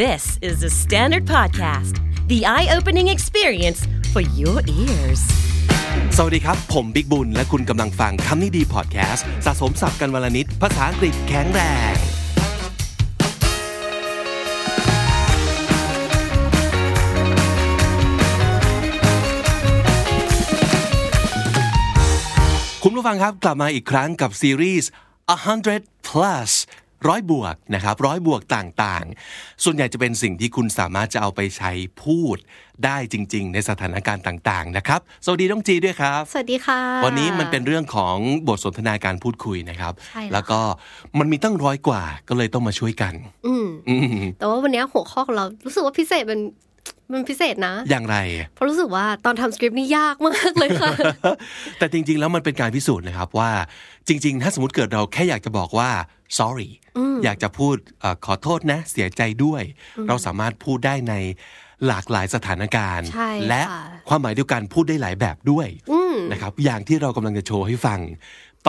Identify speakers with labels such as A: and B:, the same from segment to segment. A: This is the Standard Podcast, the eye opening experience for your ears.
B: สวัสดีครับ ผมบิ๊กบุญ และคุณกำลังฟังคำนี้ดีพอดแคสต์สะสมสับกันวลนิด ภาษาอังกฤษแข็งแรง คุณผู้ฟังครับ กลับมาอีกครั้งกับซีรีส์100 plus ร้อยบวกนะครับร้อยบวกต่างๆ ส่วนใหญ่จะเป็นสิ่งที่คุณสามารถจะเอาไปใช้พูดได้จริง ๆ ในสถานการณ์ต่าง ๆ นะครับ สวัสดีน้องจีด้วยครับ
C: สวัสดีค่ะ
B: วันนี้มันเป็นเรื่องของบทสนทนาการพูดคุยนะครับ
C: ใช่แล้ว
B: แล้วก็มันมีตั้งร้อยกว่าก็เลยต้องมาช่วยกัน
C: อืม
B: อืม
C: แต่ว่าวันนี้หัวข้อของเรารู้สึกว่าพิเศษมันมันพิเศษนะ
B: อย่างไร
C: เพราะรู้สึกว่าตอนทำสคริปต์นี่ยากมากเลย ค่ะ
B: แต่จริง ๆ แล้วมันเป็นการพิสูจน์นะครับว่าจริง ๆ ถ้าสมมติเกิดเราแค่อยากจะบอกว่า sorry อยากจะพูดเอ่อขอโทษนะ เสียใจด้วย เราสามารถพูดได้ในหลากหลายสถานการณ์
C: ใช่
B: และ
C: ค่ะ
B: ความหมายเดียวกันพูดได้หลายแบบด้วยนะครับ อย่างที่เรากำลังจะโชว์ให้ฟัง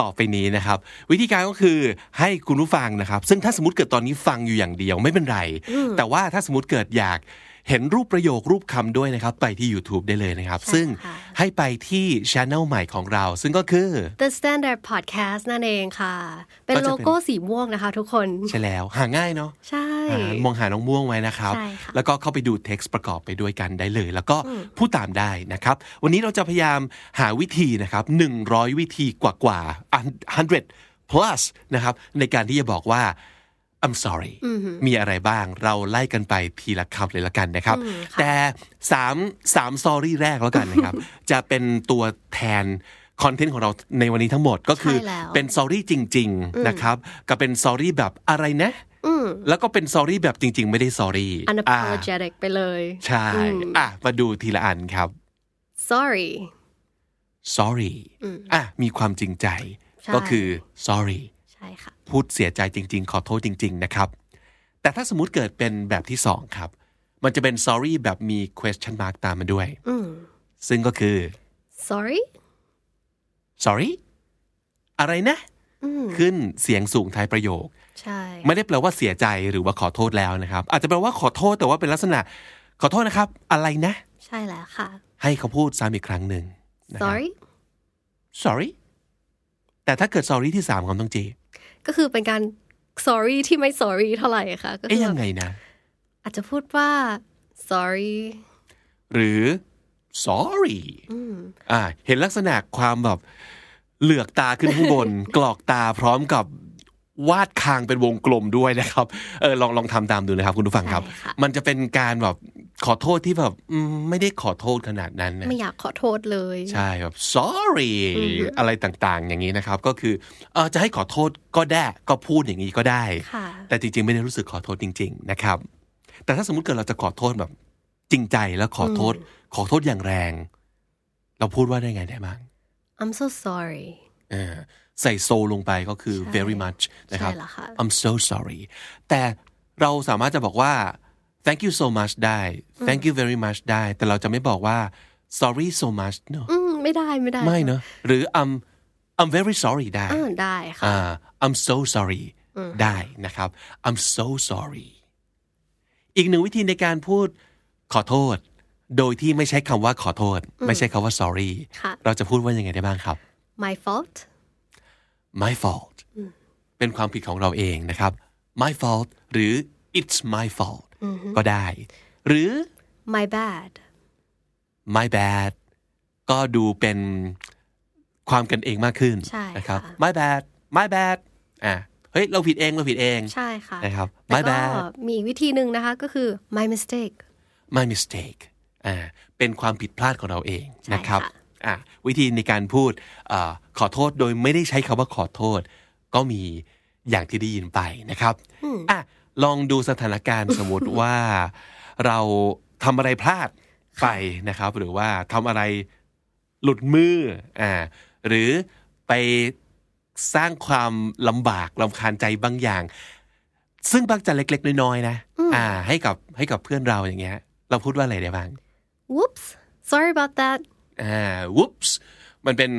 B: ต่อไปนี้นะครับ วิธีการก็คือให้คุณผู้ฟังนะครับ ซึ่งถ้าสมมติเกิดตอนนี้ฟังอยู่อย่างเดียวไม่เป็นไร แต่ว่าถ้าสมมติเกิดอยากเห็นรูปประโยครูปคำด้วยนะครับ ไปที่ YouTube ได้เลยนะครับ ซึ่ง
C: ค่ะ
B: ให้ไปที่ช anel ใหม่ของเรา ซึ่งก็คือ
C: The Standard Podcast นั่นเองค่ะ เป็น
B: ก็จะเป็น
C: โลโก้สีม่วงนะคะทุกคน
B: ใช่แล้วหาง่ายเนาะ
C: ใช่
B: อ่ามองหาน้องม่วงไว้นะครับ
C: ใช่ค่ะ
B: แล้วก็เข้าไปดูเท็กซ์ประกอบไปด้วยกันได้เลย แล้วก็พูดตามได้นะครับ วันนี้เราจะพยายามหาวิธีนะครับ 100 วิธีกว่ากว่าๆ100 plus นะครับ ในการที่จะบอกว่า I'm sorry มีอะไรบ้างเราไล่กันไปทีละคำเลยละกันนะครับ แต่สามสาม sorry แรกแล้วกัน นะครับ จะเป็นตัวแทนคอนเทนต์ของเราในวันนี้ทั้งหมดก็คือ
C: ใช่แล้ว
B: เป็น เป็นซอรี่จริง ๆ นะครับกับเป็นซอรี่แบบอะไรนะ แล้วก็เป็นซอรี่แบบจริง ๆ ไม่ได้ซอรี่อ่า
C: unapologetic ไปเลย
B: ใช่อ่ะมาดูทีละอันครับ
C: sorry
B: sorry อ่ะมีความจริงใจ
C: ใช่
B: ก็คือ sorry
C: ใช่ค่ะ
B: พูดเสียใจจริง ๆ ขอโทษจริง ๆ นะครับ แต่ถ้าสมมุติเกิดเป็นแบบที่สองครับ มันจะเป็น sorry แบบมี question mark ตามมาด้วย
C: อืม
B: ซึ่งก็คือ
C: sorry
B: sorry อะไรนะ ขึ้นเสียงสูงท้ายประโยค
C: ใช่
B: ไม่ได้แปลว่าเสียใจหรือว่าขอโทษแล้วนะครับ อาจจะแปลว่าขอโทษแต่ว่าเป็นลักษณะ ขอโทษนะครับ อะไรนะ
C: ใช่แล้วค่ะ
B: ให้เขาพูดซ้ำอีกครั้งหนึ่งนะครับ
C: sorry
B: sorry แต่ถ้าเกิด sorry ที่สามของต้องเจ
C: ก็คือเป็นการ sorry ที่ไม่ sorry เท่าไหร่ค่ะ ก็
B: เอ๊
C: คื
B: ย
C: อ
B: ยังไงนะ
C: อาจจะพูดว่า sorry
B: หรือ sorry อ่า เห็นลักษณะความแบบเหลือกตาขึ้นข้างบน กรอกตาพร้อมกับวาดคางเป็นวงกลมด้วยนะครับ เออลองลองทำตามดูนะครับ คุณผู้ฟังครับ
C: ใช่ค่ะ
B: มันจะเป็นการแบบขอโทษที่แบบอืมไม่ได้ขอโทษขนาดนั้นนะ
C: ไม่อยากขอโทษเลย
B: ใช่ครับ sorry อะไรต่างๆ อย่างนี้นะครับ ก็คือเอ่อจะให้ขอโทษก็ได้ก็พูดอย่างนี้ก็ได้
C: ค่ะ
B: แต่จริงๆ ไม่ได้รู้สึกขอโทษจริง ๆ นะครับ แต่ถ้าสมมติเกิดเราจะขอโทษแบบ จริงใจแล้วขอโทษ ขอโทษอย่างแรง เราพูดว่าได้ไงได้บ้าง
C: I'm so sorry
B: เออใส่โซลงไปก็คือ
C: ใช่
B: very much นะครับ
C: ใช่แล้วค่ะ
B: I'm so sorry แต่เราสามารถจะบอกว่า thank you so much ได้ thank you very much ได้ แต่เราจะไม่บอกว่า sorry so much เนอะ
C: อืมไม่ได้ไม่ได้
B: ไม่เนอะหรือ I'm I'm very sorry ได้
C: อ่าได้ค่ะ
B: อ่า I'm so sorry ได้นะครับ I'm so sorry อีกหนึ่งวิธีในการพูดขอโทษ โดยที่ไม่ใช้คำว่าขอโทษ ไม่ใช้คำว่า sorry
C: ค่ะ
B: เราจะพูดว่ายังไงได้บ้างครับ
C: my fault
B: my fault เป็นความผิดของเราเองนะครับ my fault หรือ it's my fault ก็ได้ หรือ
C: my bad
B: my bad ก็ดูเป็นความกันเองมากขึ้น
C: ใช่
B: นะครับ
C: ค่ะ
B: my bad my bad อ่ะเฮ้ย เราผิดเอง เราผิดเอง
C: ใช่ค่ะ
B: นะครับ
C: แต่
B: my
C: ก็
B: bad
C: มีอีกวิธีหนึ่งนะคะก็คือ my mistake
B: my mistake อ่าเป็นความผิดพลาดของเราเอง
C: ใช่
B: นะครับ
C: ค่ะ
B: อ่ะวิธีในการพูดเออขอโทษโดยไม่ได้ใช้คาว่าขอโทษ ก็มีอย่างที่ได้ยินไปนะครับอ่ะลองดูสถานการณ์สมมติว่าเราทำอะไรพลาดไปนะครับ หรือว่าทำอะไรหลุดมืออ่าหรือไปสร้างความลำบากลำคาญใจบางอย่าง ซึ่งบางจะเล็ก ๆ น้อยๆนะ อ่า ให้กับให้กับเพื่อนเราอย่างเงี้ย เราพูดว่าอะไรได้บ้าง
C: whoops sorry about that
B: อ่า whoops มันเป็น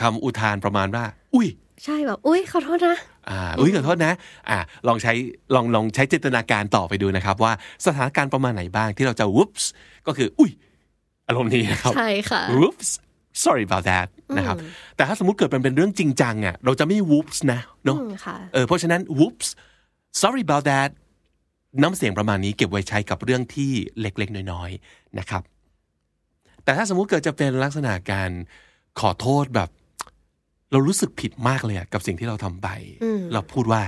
B: คำอุทานประมาณว่า อุ้ย
C: ใช่แบบ อุ้ยขอโทษนะ
B: อ่าอุ้ยขอโทษนะอ่าลองใช้ลองลองใช้จินตนาการต่อไปดูนะครับ ว่าสถานการณ์ประมาณไหนบ้างที่เราจะ whoops ก็คือ อุ้ย อารมณ์นี้นะครับ
C: ใช่ค่ะ
B: whoops sorry about that นะครับ แต่ถ้าสมมติเกิดมันเป็นเรื่องจริงจังอ่ะเราจะไม่ whoops นะเนาะ
C: อืมค่ะ
B: เออเพราะฉะนั้น whoops sorry about that น้ำเสียงประมาณนี้เก็บไว้ใช้กับเรื่องที่เล็กๆ น้อยๆนะครับ แต่ถ้าสมมุติเกิดจะเป็นลักษณะการขอโทษแบบ เรารู้สึกผิดมากเลยอะกับสิ่งที่เราทำไป เราพูดว่า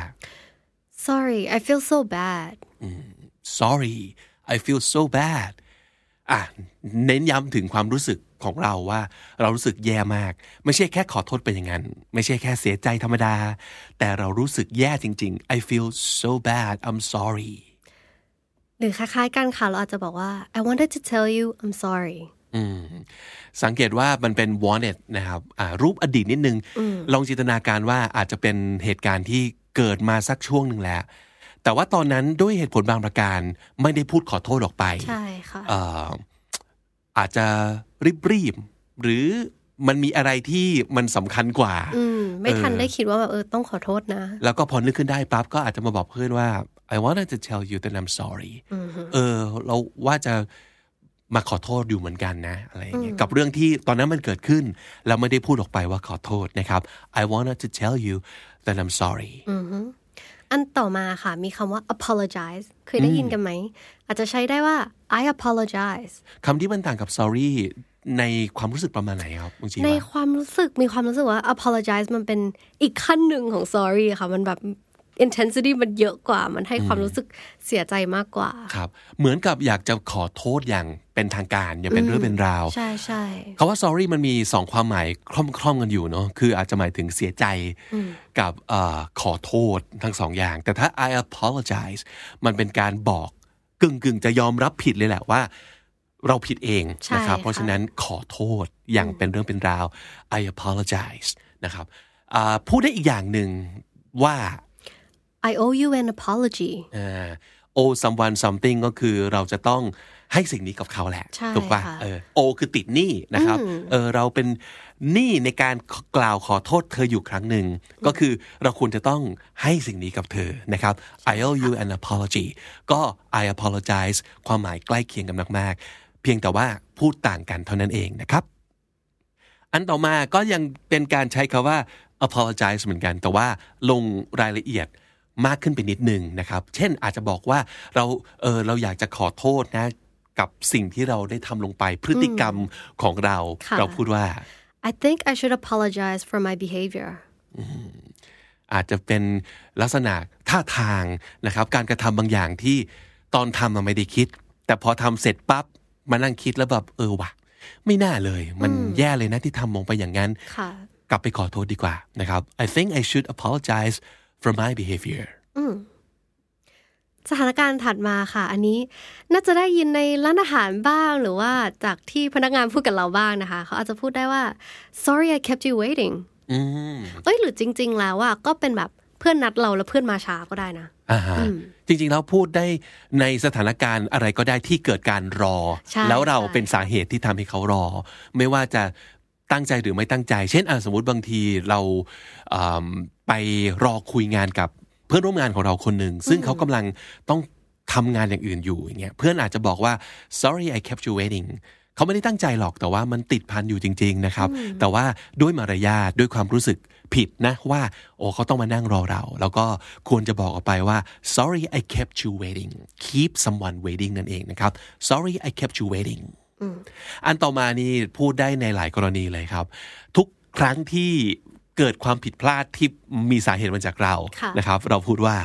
C: sorry I feel so bad
B: sorry I feel so bad อ่ะเน้นย้ำถึงความรู้สึกของเราว่า เรารู้สึกแย่มาก ไม่ใช่แค่ขอโทษเป็นอย่างนั้น ไม่ใช่แค่เสียใจธรรมดา แต่เรารู้สึกแย่จริง ๆ I feel so bad I'm sorry
C: หรือคล้ายๆกันค่ะ เราอาจจะบอกว่า I wanted to tell you I'm sorry
B: อืมสังเกตว่ามันเป็น wanted นะครับอ่ารูปอดีตนิดนึง ลองจินตนาการว่าอาจจะเป็นเหตุการณ์ที่เกิดมาสักช่วงหนึ่งแล้ว แต่ว่าตอนนั้นด้วยเหตุผลบางประการ ไม่ได้พูดขอโทษออกไป
C: ใช่ค่ะ
B: เอ่ออาจจะรีบรีบๆหรือมันมีอะไรที่มันสำคัญกว่า
C: อืม ไม่ทัน
B: เออ
C: ได้คิดว่าแบบเออต้องขอโทษนะ
B: แล้วก็พอนึกขึ้นได้ปั๊บก็อาจจะมาบอกเพื่อนว่า I wanted to tell you that I'm sorry เออ เราว่าจะมาขอโทษอยู่เหมือนกันนะอะไรอย่างเงี้ยกับเรื่องที่ตอนนั้นมันเกิดขึ้น แล้วไม่ได้พูดออกไปว่าขอโทษนะครับ I wanted to tell you that I'm sorry
C: อันต่อมาค่ะ มีคำว่า apologize เคยได้ยินกันไหม อาจจะใช้ได้ว่า I apologize
B: คำที่มันต่างกับ sorry ในความรู้สึกประมาณไหนครับบางที
C: ใน
B: ว่า
C: ความรู้สึกมีความรู้สึกว่า apologize มันเป็นอีกขั้นหนึ่งของ sorry ค่ะ มันแบบ intensity มันเยอะกว่า มันให้ความรู้สึกเสียใจมากกว่า
B: ครับ เหมือนกับอยากจะขอโทษอย่างเป็นทางการอย่างเป็นเรื่องเป็นราว
C: ใช่ใช่
B: คำว่า sorry มันมีสองความหมายคล่อมๆกันอยู่เนาะ คืออาจจะหมายถึงเสียใจกับเออขอโทษทั้งสองอย่าง แต่ถ้า I apologize มันเป็นการบอกกึ่งกึ่งๆ จะยอมรับผิดเลยแหละว่า เราผิดเอง
C: ใช่
B: นะครับ
C: ค่ะ
B: เพราะฉะนั้นขอโทษอย่างเป็นเรื่องเป็นราว I apologize นะครับอ่าพูดได้อีกอย่างหนึ่งว่า
C: I owe you an apology
B: อ่า owe someone something ก็คือเราจะต้องให้สิ่งนี้กับเขาแหละ
C: ใช่
B: ถูกปะ
C: ค่ะ
B: เออ o คือติดหนี้นะครับ เออเราเป็นหนี้ในการกล่าวขอโทษเธออยู่ครั้งหนึ่ง ก็คือเราควรจะต้องให้สิ่งนี้กับเธอนะครับ I owe you an apology ก็ I apologize ความหมายใกล้เคียงกันมากๆ เพียงแต่ว่าพูดต่างกันเท่านั้นเองนะครับ อันต่อมาก็ยังเป็นการใช้คำว่า apologize เหมือนกัน แต่ว่าลงรายละเอียดมากขึ้นไปนิดนึงนะครับ เช่นอาจจะบอกว่าเราเออเราอยากจะขอโทษนะ กับสิ่งที่เราได้ทำลงไปพฤติกรรมของเรา
C: ค่ะ
B: เราพูดว่า
C: I think I should apologize for my behavior
B: อาจจะเป็นลักษณะท่าทางนะครับ การกระทำบางอย่างที่ตอนทำมันไม่ได้คิด แต่พอทำเสร็จปั๊บมานั่งคิดแล้วแบบเออว่ะ ไม่น่าเลย มันแย่เลยนะที่ทำลงไปอย่างนั้น
C: ค่ะ
B: กลับไปขอโทษดีกว่านะครับ I think I should apologize for my behavior
C: สถานการณ์ถัดมาค่ะ อันนี้น่าจะได้ยินในร้านอาหารบ้างหรือว่าจากที่พนักงานพูดกับเราบ้างนะคะ เขาอาจจะพูดได้ว่า sorry I kept you waiting
B: อืม
C: เอ้ยหรือจริง ๆ แล้วอ่ะก็เป็นแบบเพื่อนนัดเราแล้วเพื่อนมาช้าก็ได้นะ
B: อ่าฮะจริงๆแล้วพูดได้ในสถานการณ์อะไรก็ได้ที่เกิดการรอ
C: ใช่
B: แล้วเรา
C: ใช่
B: เป็นสาเหตุที่ทำให้เขารอ ไม่ว่าจะตั้งใจหรือไม่ตั้งใจ เช่นอ่ะสมมติบางทีเราอืมไปรอคุยงานกับเพื่อนร่วมงานของเราคนหนึ่ง ซึ่งเขากำลังต้องทำงานอย่างอื่นอยู่อย่างเงี้ยเพื่อนอาจจะบอกว่า sorry I kept you waiting เขาไม่ได้ตั้งใจหรอกแต่ว่ามันติดพันอยู่จริง ๆนะครับ แต่ว่าด้วยมารยาทด้วยความรู้สึกผิดนะว่า โอ้เขาต้องมานั่งรอเรา แล้วก็ควรจะบอกออกไปว่า sorry I kept you waiting keep someone waiting นั่นเองนะครับ sorry I kept you waiting อันต่อมานี่พูดได้ในหลายกรณีเลยครับ ทุกครั้งที่เกิดความผิดพลาดที่มีสาเหตุมาจากเรา
C: ค่ะ
B: นะครับ เราพูดว่า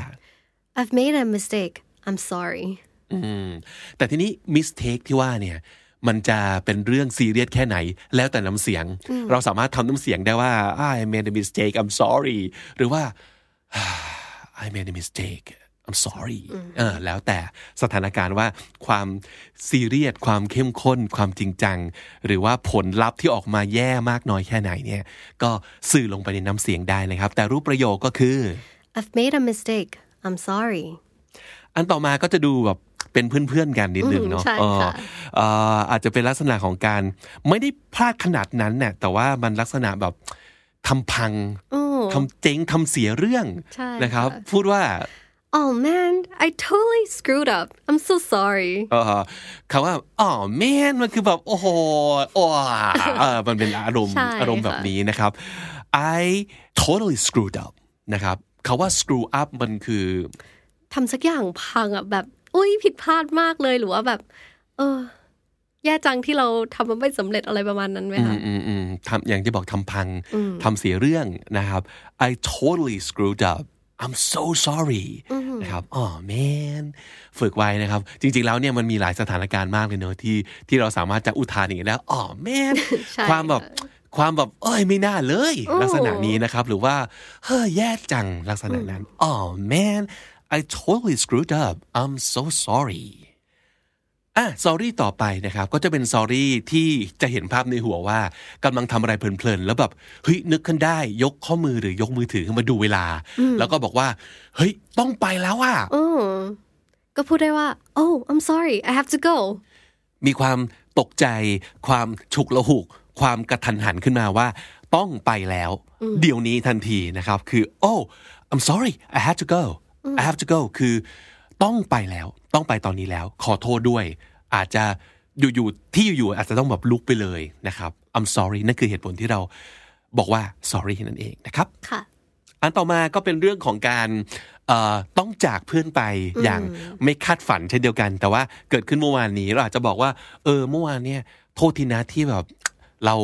C: I've made a mistake I'm sorry
B: อืมแต่ทีนี้ mistake ที่ว่าเนี่ย มันจะเป็นเรื่องซีเรียสแค่ไหน แล้วแต่น้ำเสียง เราสามารถทำน้ำเสียงได้ว่า I made a mistake I'm sorry หรือว่า I made a mistake I'm sorry เออแล้วแต่สถานการณ์ว่าความซีเรียสความเข้มข้น ความจริงจัง หรือว่าผลลัพธ์ที่ออกมาแย่มากน้อยแค่ไหนเนี่ย ก็สื่อลงไปในน้ำเสียงได้นะครับ แต่รูปประโยคก็คือ
C: I've made a mistake I'm sorry
B: อันต่อมาก็จะดูแบบเป็นเพื่อนๆกันนิดนึงเนาะ
C: อืมใช่
B: เออ
C: ค่ะ
B: เอ่ออาจจะเป็นลักษณะของการไม่ได้พลาดขนาดนั้นเนี่ยแต่ว่ามันลักษณะแบบทำพัง
C: โอ้
B: ทำเจ๊งทำเสียเรื่อง
C: ใช่
B: นะครับ
C: ค่ะ
B: พูดว่า
C: Oh man, I totally screwed up. I'm so sorry.
B: เอ่อคำว่าอ๋อแม่นมันคือแบบ โอ้โหอ้เออมันเป็นอารมณ์
C: ใช่
B: อารมณ์
C: ค่ะ
B: แบบนี้นะครับ I totally screwed up นะครับคาว่า screw up มันคือ
C: ทำสักอย่างพังอ่ะแบบ อุ้ยผิดพลาดมากเลยหรือว่าแบบ เออ แย่จังที่เราทำมันไม่สำเร็จอะไรประมาณนั้นไหม
B: อื
C: คะ
B: มอืมอืมทำอย่างที่บอกทำพังทำเสียเรื่องนะครับ I totally screwed up I'm so sorry นะครับอ๋อ man ฝึกไว้นะครับ จริง ๆ แล้วเนี่ยมันมีหลายสถานการณ์มากเลยเนอะที่ที่เราสามารถจะอุทานอย่างนี้ได้อ๋อ man
C: ใช่
B: ความแบบความแบบเอ้ยไม่น่าเลย
C: โอ้
B: ลักษณะนี้นะครับ หรือว่า เฮ้ยแย่จังลักษณะนั้นอ๋อ man I totally screwed up I'm so sorry อ่ะ sorry ต่อไปนะครับ ก็จะเป็น sorry ที่จะเห็นภาพในหัวว่ากำลังทำอะไรเพลินๆ แล้วแบบเฮ้ยนึกขึ้นได้ยกข้อมือหรือยกมือถือขึ้นมาดูเวลา แล้วก็บอกว่า เฮ้ย ต้องไปแล้วอ่ะ
C: อืมก็พูดได้ว่า oh I'm sorry I have to go
B: มีความตกใจ ความฉุกละหุก ความกระทันหันขึ้นมาว่า ต้องไปแล้ว เดี๋ยวนี้ทันทีนะครับ คือ oh I'm sorry I had to go I have to go คือ ต้องไปแล้ว ต้องไปตอนนี้แล้ว ขอโทษด้วย อาจจะอยู่ๆที่อยู่ๆอาจจะต้องแบบลุกไปเลยนะครับ I'm sorry นั่นคือเหตุผลที่เราบอกว่า sorry นั่นเองนะครับ
C: ค่ะ
B: อันต่อมาก็เป็นเรื่องของการเอ่อต้องจากเพื่อนไปอย่างไม่คาดฝันเช่นเดียวกัน แต่ว่าเกิดขึ้นเมื่อวานนี้เราอาจจะบอกว่า เออเมื่อวานเนี่ยโทษทีนะที่แบบ เรา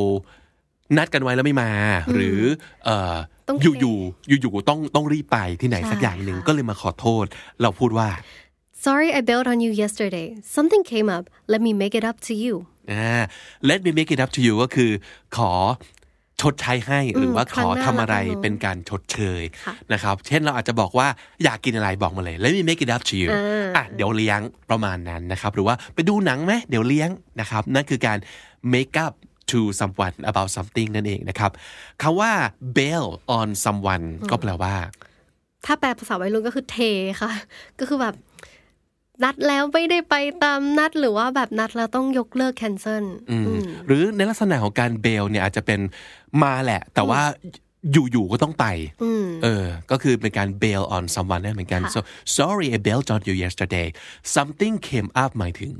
B: นัดกันไว้แล้วไม่มา หรือเออ
C: ต้อง
B: อยู่อยู่อยู่อยู่ๆต้องต้องรีบไปที่ไหน
C: ใช่
B: สักอย่างหนึ่ง
C: ค่ะ
B: ก็เลยมาขอโทษ เราพูดว่า
C: sorry I bailed on you yesterday something came up let me make it up to you
B: อ่า let me make it up to you ก็คือขอชดใช้ให้หรือว่า
C: ค
B: ข
C: รั้
B: อง
C: หน้า
B: ทำอะไร
C: แล้วกันเนอะ
B: เป็นการชดเชย
C: ค่ะ
B: นะครับ เช่นเราอาจจะบอกว่าอยากกินอะไรบอกมาเลย let me make it up to you
C: อ่า
B: อ่ะเดี๋ยวเลี้ยงประมาณนั้นนะครับ หรือว่าไปดูหนังไหมเดี๋ยวเลี้ยงนะครับ นั่นคือการ make up to someone about something นั่นเองนะครับคำว่า bail on someone ก็แปลว่า
C: ถ้าแปลภาษาวัยรุ่นก็คือเทค่ะ ก็คือแบบ นัดแล้วไม่ได้ไปตามนัดหรือว่าแบบนัดแล้วต้องยกเลิก cancel อืม
B: หรือในลักษณะของการเบลเนี่ยอาจจะเป็นมาแหละ แต่ว่าอยู่ๆก็ต้องไปเออ ก็คือเป็นการ bail on someone ได้เหมือนกัน so sorry I bailed on you yesterday something came up หมายถึง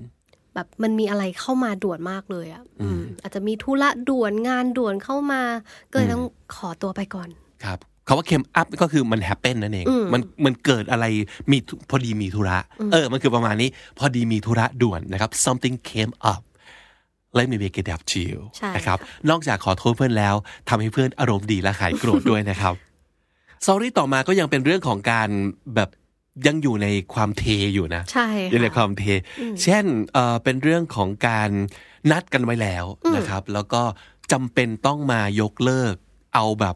C: แบบมันมีอะไรเข้ามาด่วนมากเลยอะ่ะอืมอาจจะมีธุระด่วนงานด่วนเข้ามา ก็เลยต้องขอตัวไปก่อน
B: ครับคำว่า came up ก็คือมัน happen นั่นเอง มันมันเกิดอะไรมีธุพอดีมีธุระ เออ มันคือประมาณนี้ พอดีมีธุระด่วนนะครับ something came up let me make it up to you
C: ใช่
B: นะครับ
C: ค่ะ
B: นอกจากขอโทษเพื่อนแล้วทำให้เพื่อนอารมณ์ดีและหายโกรธ ด้วย นะครับ sorry ต่อมาก็ยังเป็นเรื่องของการแบบยังอยู่ในความเทอยู่นะ
C: ใช่
B: อยู่ในค
C: ค่ะ
B: วามเท เช่นเอ่อเป็นเรื่องของการนัดกันไว้แล้วนะครับ แล้วก็จำเป็นต้องมายกเลิก เอาแบบ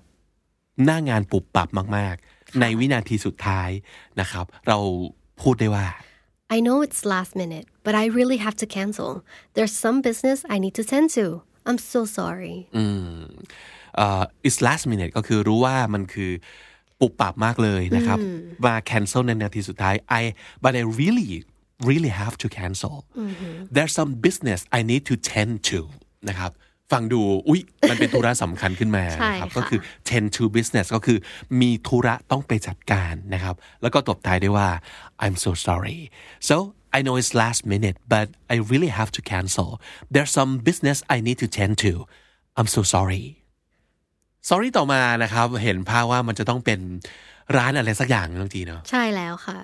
B: หน้างานปุบปับมาก ๆ ในวินาทีสุดท้ายนะครับ เราพูดได้ว่า
C: I know it's last minute but I really have to cancel there's some business I need to tend to I'm so sorry
B: อืมเอ่อ it's last minute ก็คือรู้ว่ามันคือปุบปับมากเลยนะครับ มา cancel ในนาทีสุดท้าย I but I really really have to cancel there's some business I need to tend to นะครับ ฟังดู อุ๊ย มันเป็นธุระสำคัญขึ้นมา
C: ใช่
B: นะครับ
C: ค่ะ
B: ก็คือ tend to business ก็คือมีธุระต้องไปจัดการนะครับ แล้วก็ตบท้ายด้วยว่า I'm so sorry so I know it's last minute but I really have to cancel there's some business I need to tend to I'm so sorry sorry ต่อมานะครับ เห็นภาพว่ามันจะต้องเป็นร้านอะไรสักอย่างน้องจีเนาะ
C: ใช่แล้วค่ะ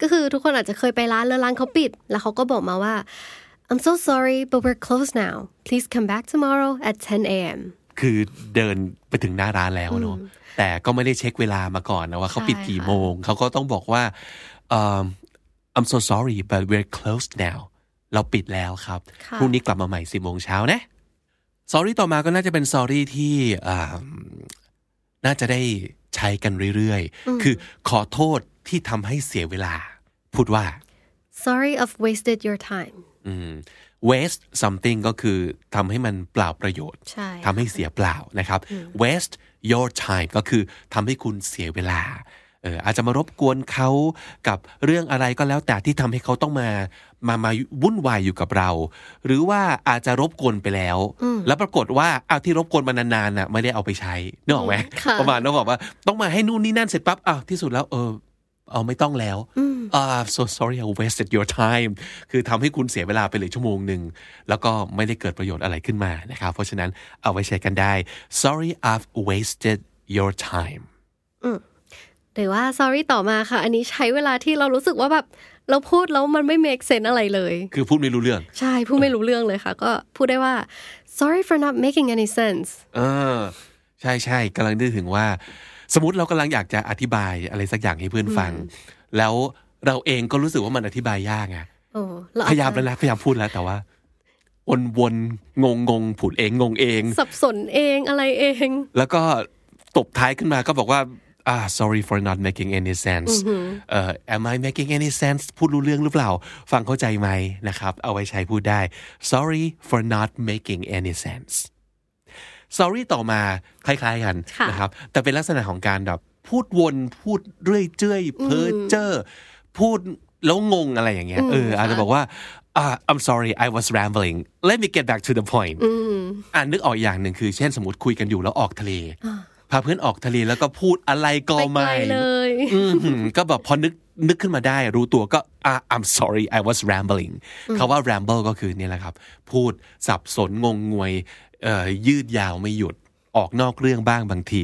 C: ก็คือทุกคนอาจจะเคยไปร้านแล้วร้านเขาปิด แล้วเขาก็บอกมาว่า I'm so sorry but we're closed now please come back tomorrow at 10 a.m.
B: คือเดินไปถึงหน้าร้านแล้วเนอะแต่ก็ไม่ได้เช็คเวลามาก่อนนะว่าเขา
C: ใช่
B: ปิดกี่
C: ค่ะ
B: โมง เขาก็ต้องบอกว่าเอิ่ม I'm so sorry but we're closed now เราปิดแล้วครับ พรุ่งนี้กลับมาใหม่สิบโมงเช้านะ sorry ต่อมาก็น่าจะเป็น sorry ที่อ่าน่าจะได้ใช้กันเรื่อยๆ คือขอโทษที่ทำให้เสียเวลา พูดว่า
C: sorry I've wasted your time
B: อืม waste something ก็คือทำให้มันเปล่าประโยชน์
C: ใช่
B: ทำให้เสียเปล่านะครับ waste your time ก็คือทำให้คุณเสียเวลา เอ เอออาจจะมารบกวนเขากับเรื่องอะไรก็แล้วแต่ที่ทำให้เขาต้องมามามาวุ่นวายอยู่กับเรา หรือว่าอาจจะรบกวนไปแล้ว แล้วปรากฏว่าเอาวที่รบกวนมานานๆน่ะไม่ได้เอาไปใช้นึกออกไหม
C: ค่ะ
B: ประมาณนั้นบอกว่าต้องมาให้นู่นนี่นั่นเสร็จปั๊บอ้าวที่สุดแล้วเออเอาไม่ต้องแล้ว อ่า so sorry I wasted your time คือทำให้คุณเสียเวลาไปเลยชั่วโมงหนึ่ง แล้วก็ไม่ได้เกิดประโยชน์อะไรขึ้นมานะครับ เพราะฉะนั้นเอาไว้ใช้กันได้ sorry I've wasted your time
C: หรือว่า sorry ต่อมาค่ะ อันนี้ใช้เวลาที่เรารู้สึกว่าแบบ เราพูดแล้วมันไม่ make sense อะไรเลย
B: คือพูดไม่รู้เรื่อง
C: ใช่พูดไม่รู้เรื่องเลยค่ะ ก็พูดได้ว่า sorry for not making any sense
B: เออใช่ใช่กำลังนึกถึงว่า สมมติเรากำลังอยากจะอธิบายอะไรสักอย่างให้เพื่อนฟัง แล้วเราเองก็รู้สึกว่ามันอธิบายยากไง
C: โอ้เรอจ
B: พ
C: จะ
B: ยายามแล้วนะพยายามพูดแล้วแต่ว่าวนๆงงงๆผุดเองงงเอง
C: สับสนเองอะไรเอง
B: แล้วก็ตบท้ายขึ้นมาก็บอกว่าอ่า sorry for not making any sense เอ่อ am I making any sense พูดรู้เรื่องหรือเปล่า ฟังเข้าใจไหมนะครับ เอาไว้ใช้พูดได้ sorry for not making any sense sorry ต่อมาคล้าย ๆ กัน
C: ค่ะ
B: นะครับ แต่เป็นลักษณะของการแบบพูดวนพูดเรื่อยเจื้อยเพ้อเจ้อพูดแล้วงงอะไรอย่างเงี้ยเอออาจจะบอกว่าอ่า I'm sorry I was rambling let me get back to the point อ่านึกออกอย่างหนึ่งคือ เช่นสมมติคุยกันอยู่แล้วออกทะเล พาเพื่อนออกทะเลแล้วก็พูดอะไรก็
C: ไปไกล
B: ไม่
C: เลย
B: อืมก็แบบพอนึกนึกขึ้นมาได้รู้ตัวก็อ่า I'm sorry I was rambling คาว่า ramble ก็คือเนี่ยแหละครับ พูดสับสนงงงวยเอ่อยืดยาวไม่หยุดออกนอกเรื่องบ้างบางที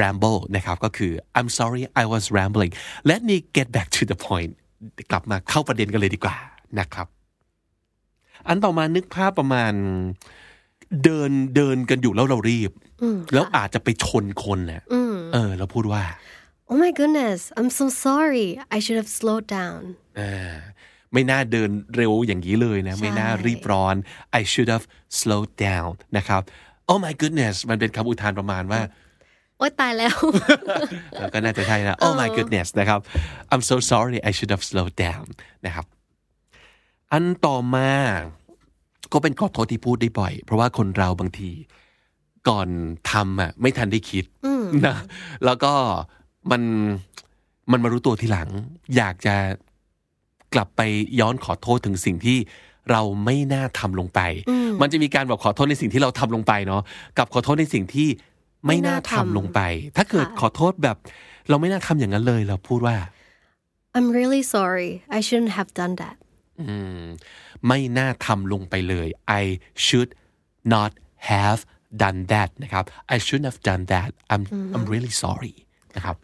B: ramble นะครับก็คือ I'm sorry I was rambling let me get back to the point กลับมาเข้าประเด็นกันเลยดีกว่านะครับ อันต่อมานึกภาพประมาณ เดินเดินกันอยู่แล้วเรารีบ แล้วอาจจะไปชนคนเนี่ยเออ แล้วพูดว่า
C: oh my goodness I'm so sorry I should have slowed down
B: เออไม่น่าเดินเร็วอย่างนี้เลยนะ ไม่น่ารีบร้อน I should have slowed down นะครับ Oh my goodness มันเป็นคำอุทานประมา ณว่า
C: โอ๊ยตายแล้ว
B: เออก็น่าจะใช่นะ Oh my goodness นะครับ I'm so sorry I should have slowed down นะครับ อันต่อมา ก็เป็นขอโทษที่พูดได้บ่อย เพราะว่าคนเราบางที ก่อนทำอ่ะไม่ทันได้คิดนะแล้วก็มันมันมารู้ตัวทีหลัง อยากจะกลับไปย้อนขอโทษถึงสิ่งที่เราไม่น่าทำลงไป มันจะมีการแบบขอโทษในสิ่งที่เราทำลงไปเนาะกับขอโทษในสิ่งที่ไม่น่าทำลงไป ถ้าเกิด
C: ค่ะ
B: ขอโทษแบบ เราไม่น่าทำอย่างนั้นเลยเราพูดว่า
C: I'm really sorry I shouldn't have done that
B: อืมไม่น่าทำลงไปเลย I should not have done that นะครับ I should have done that I'm I'm really sorry นะครับ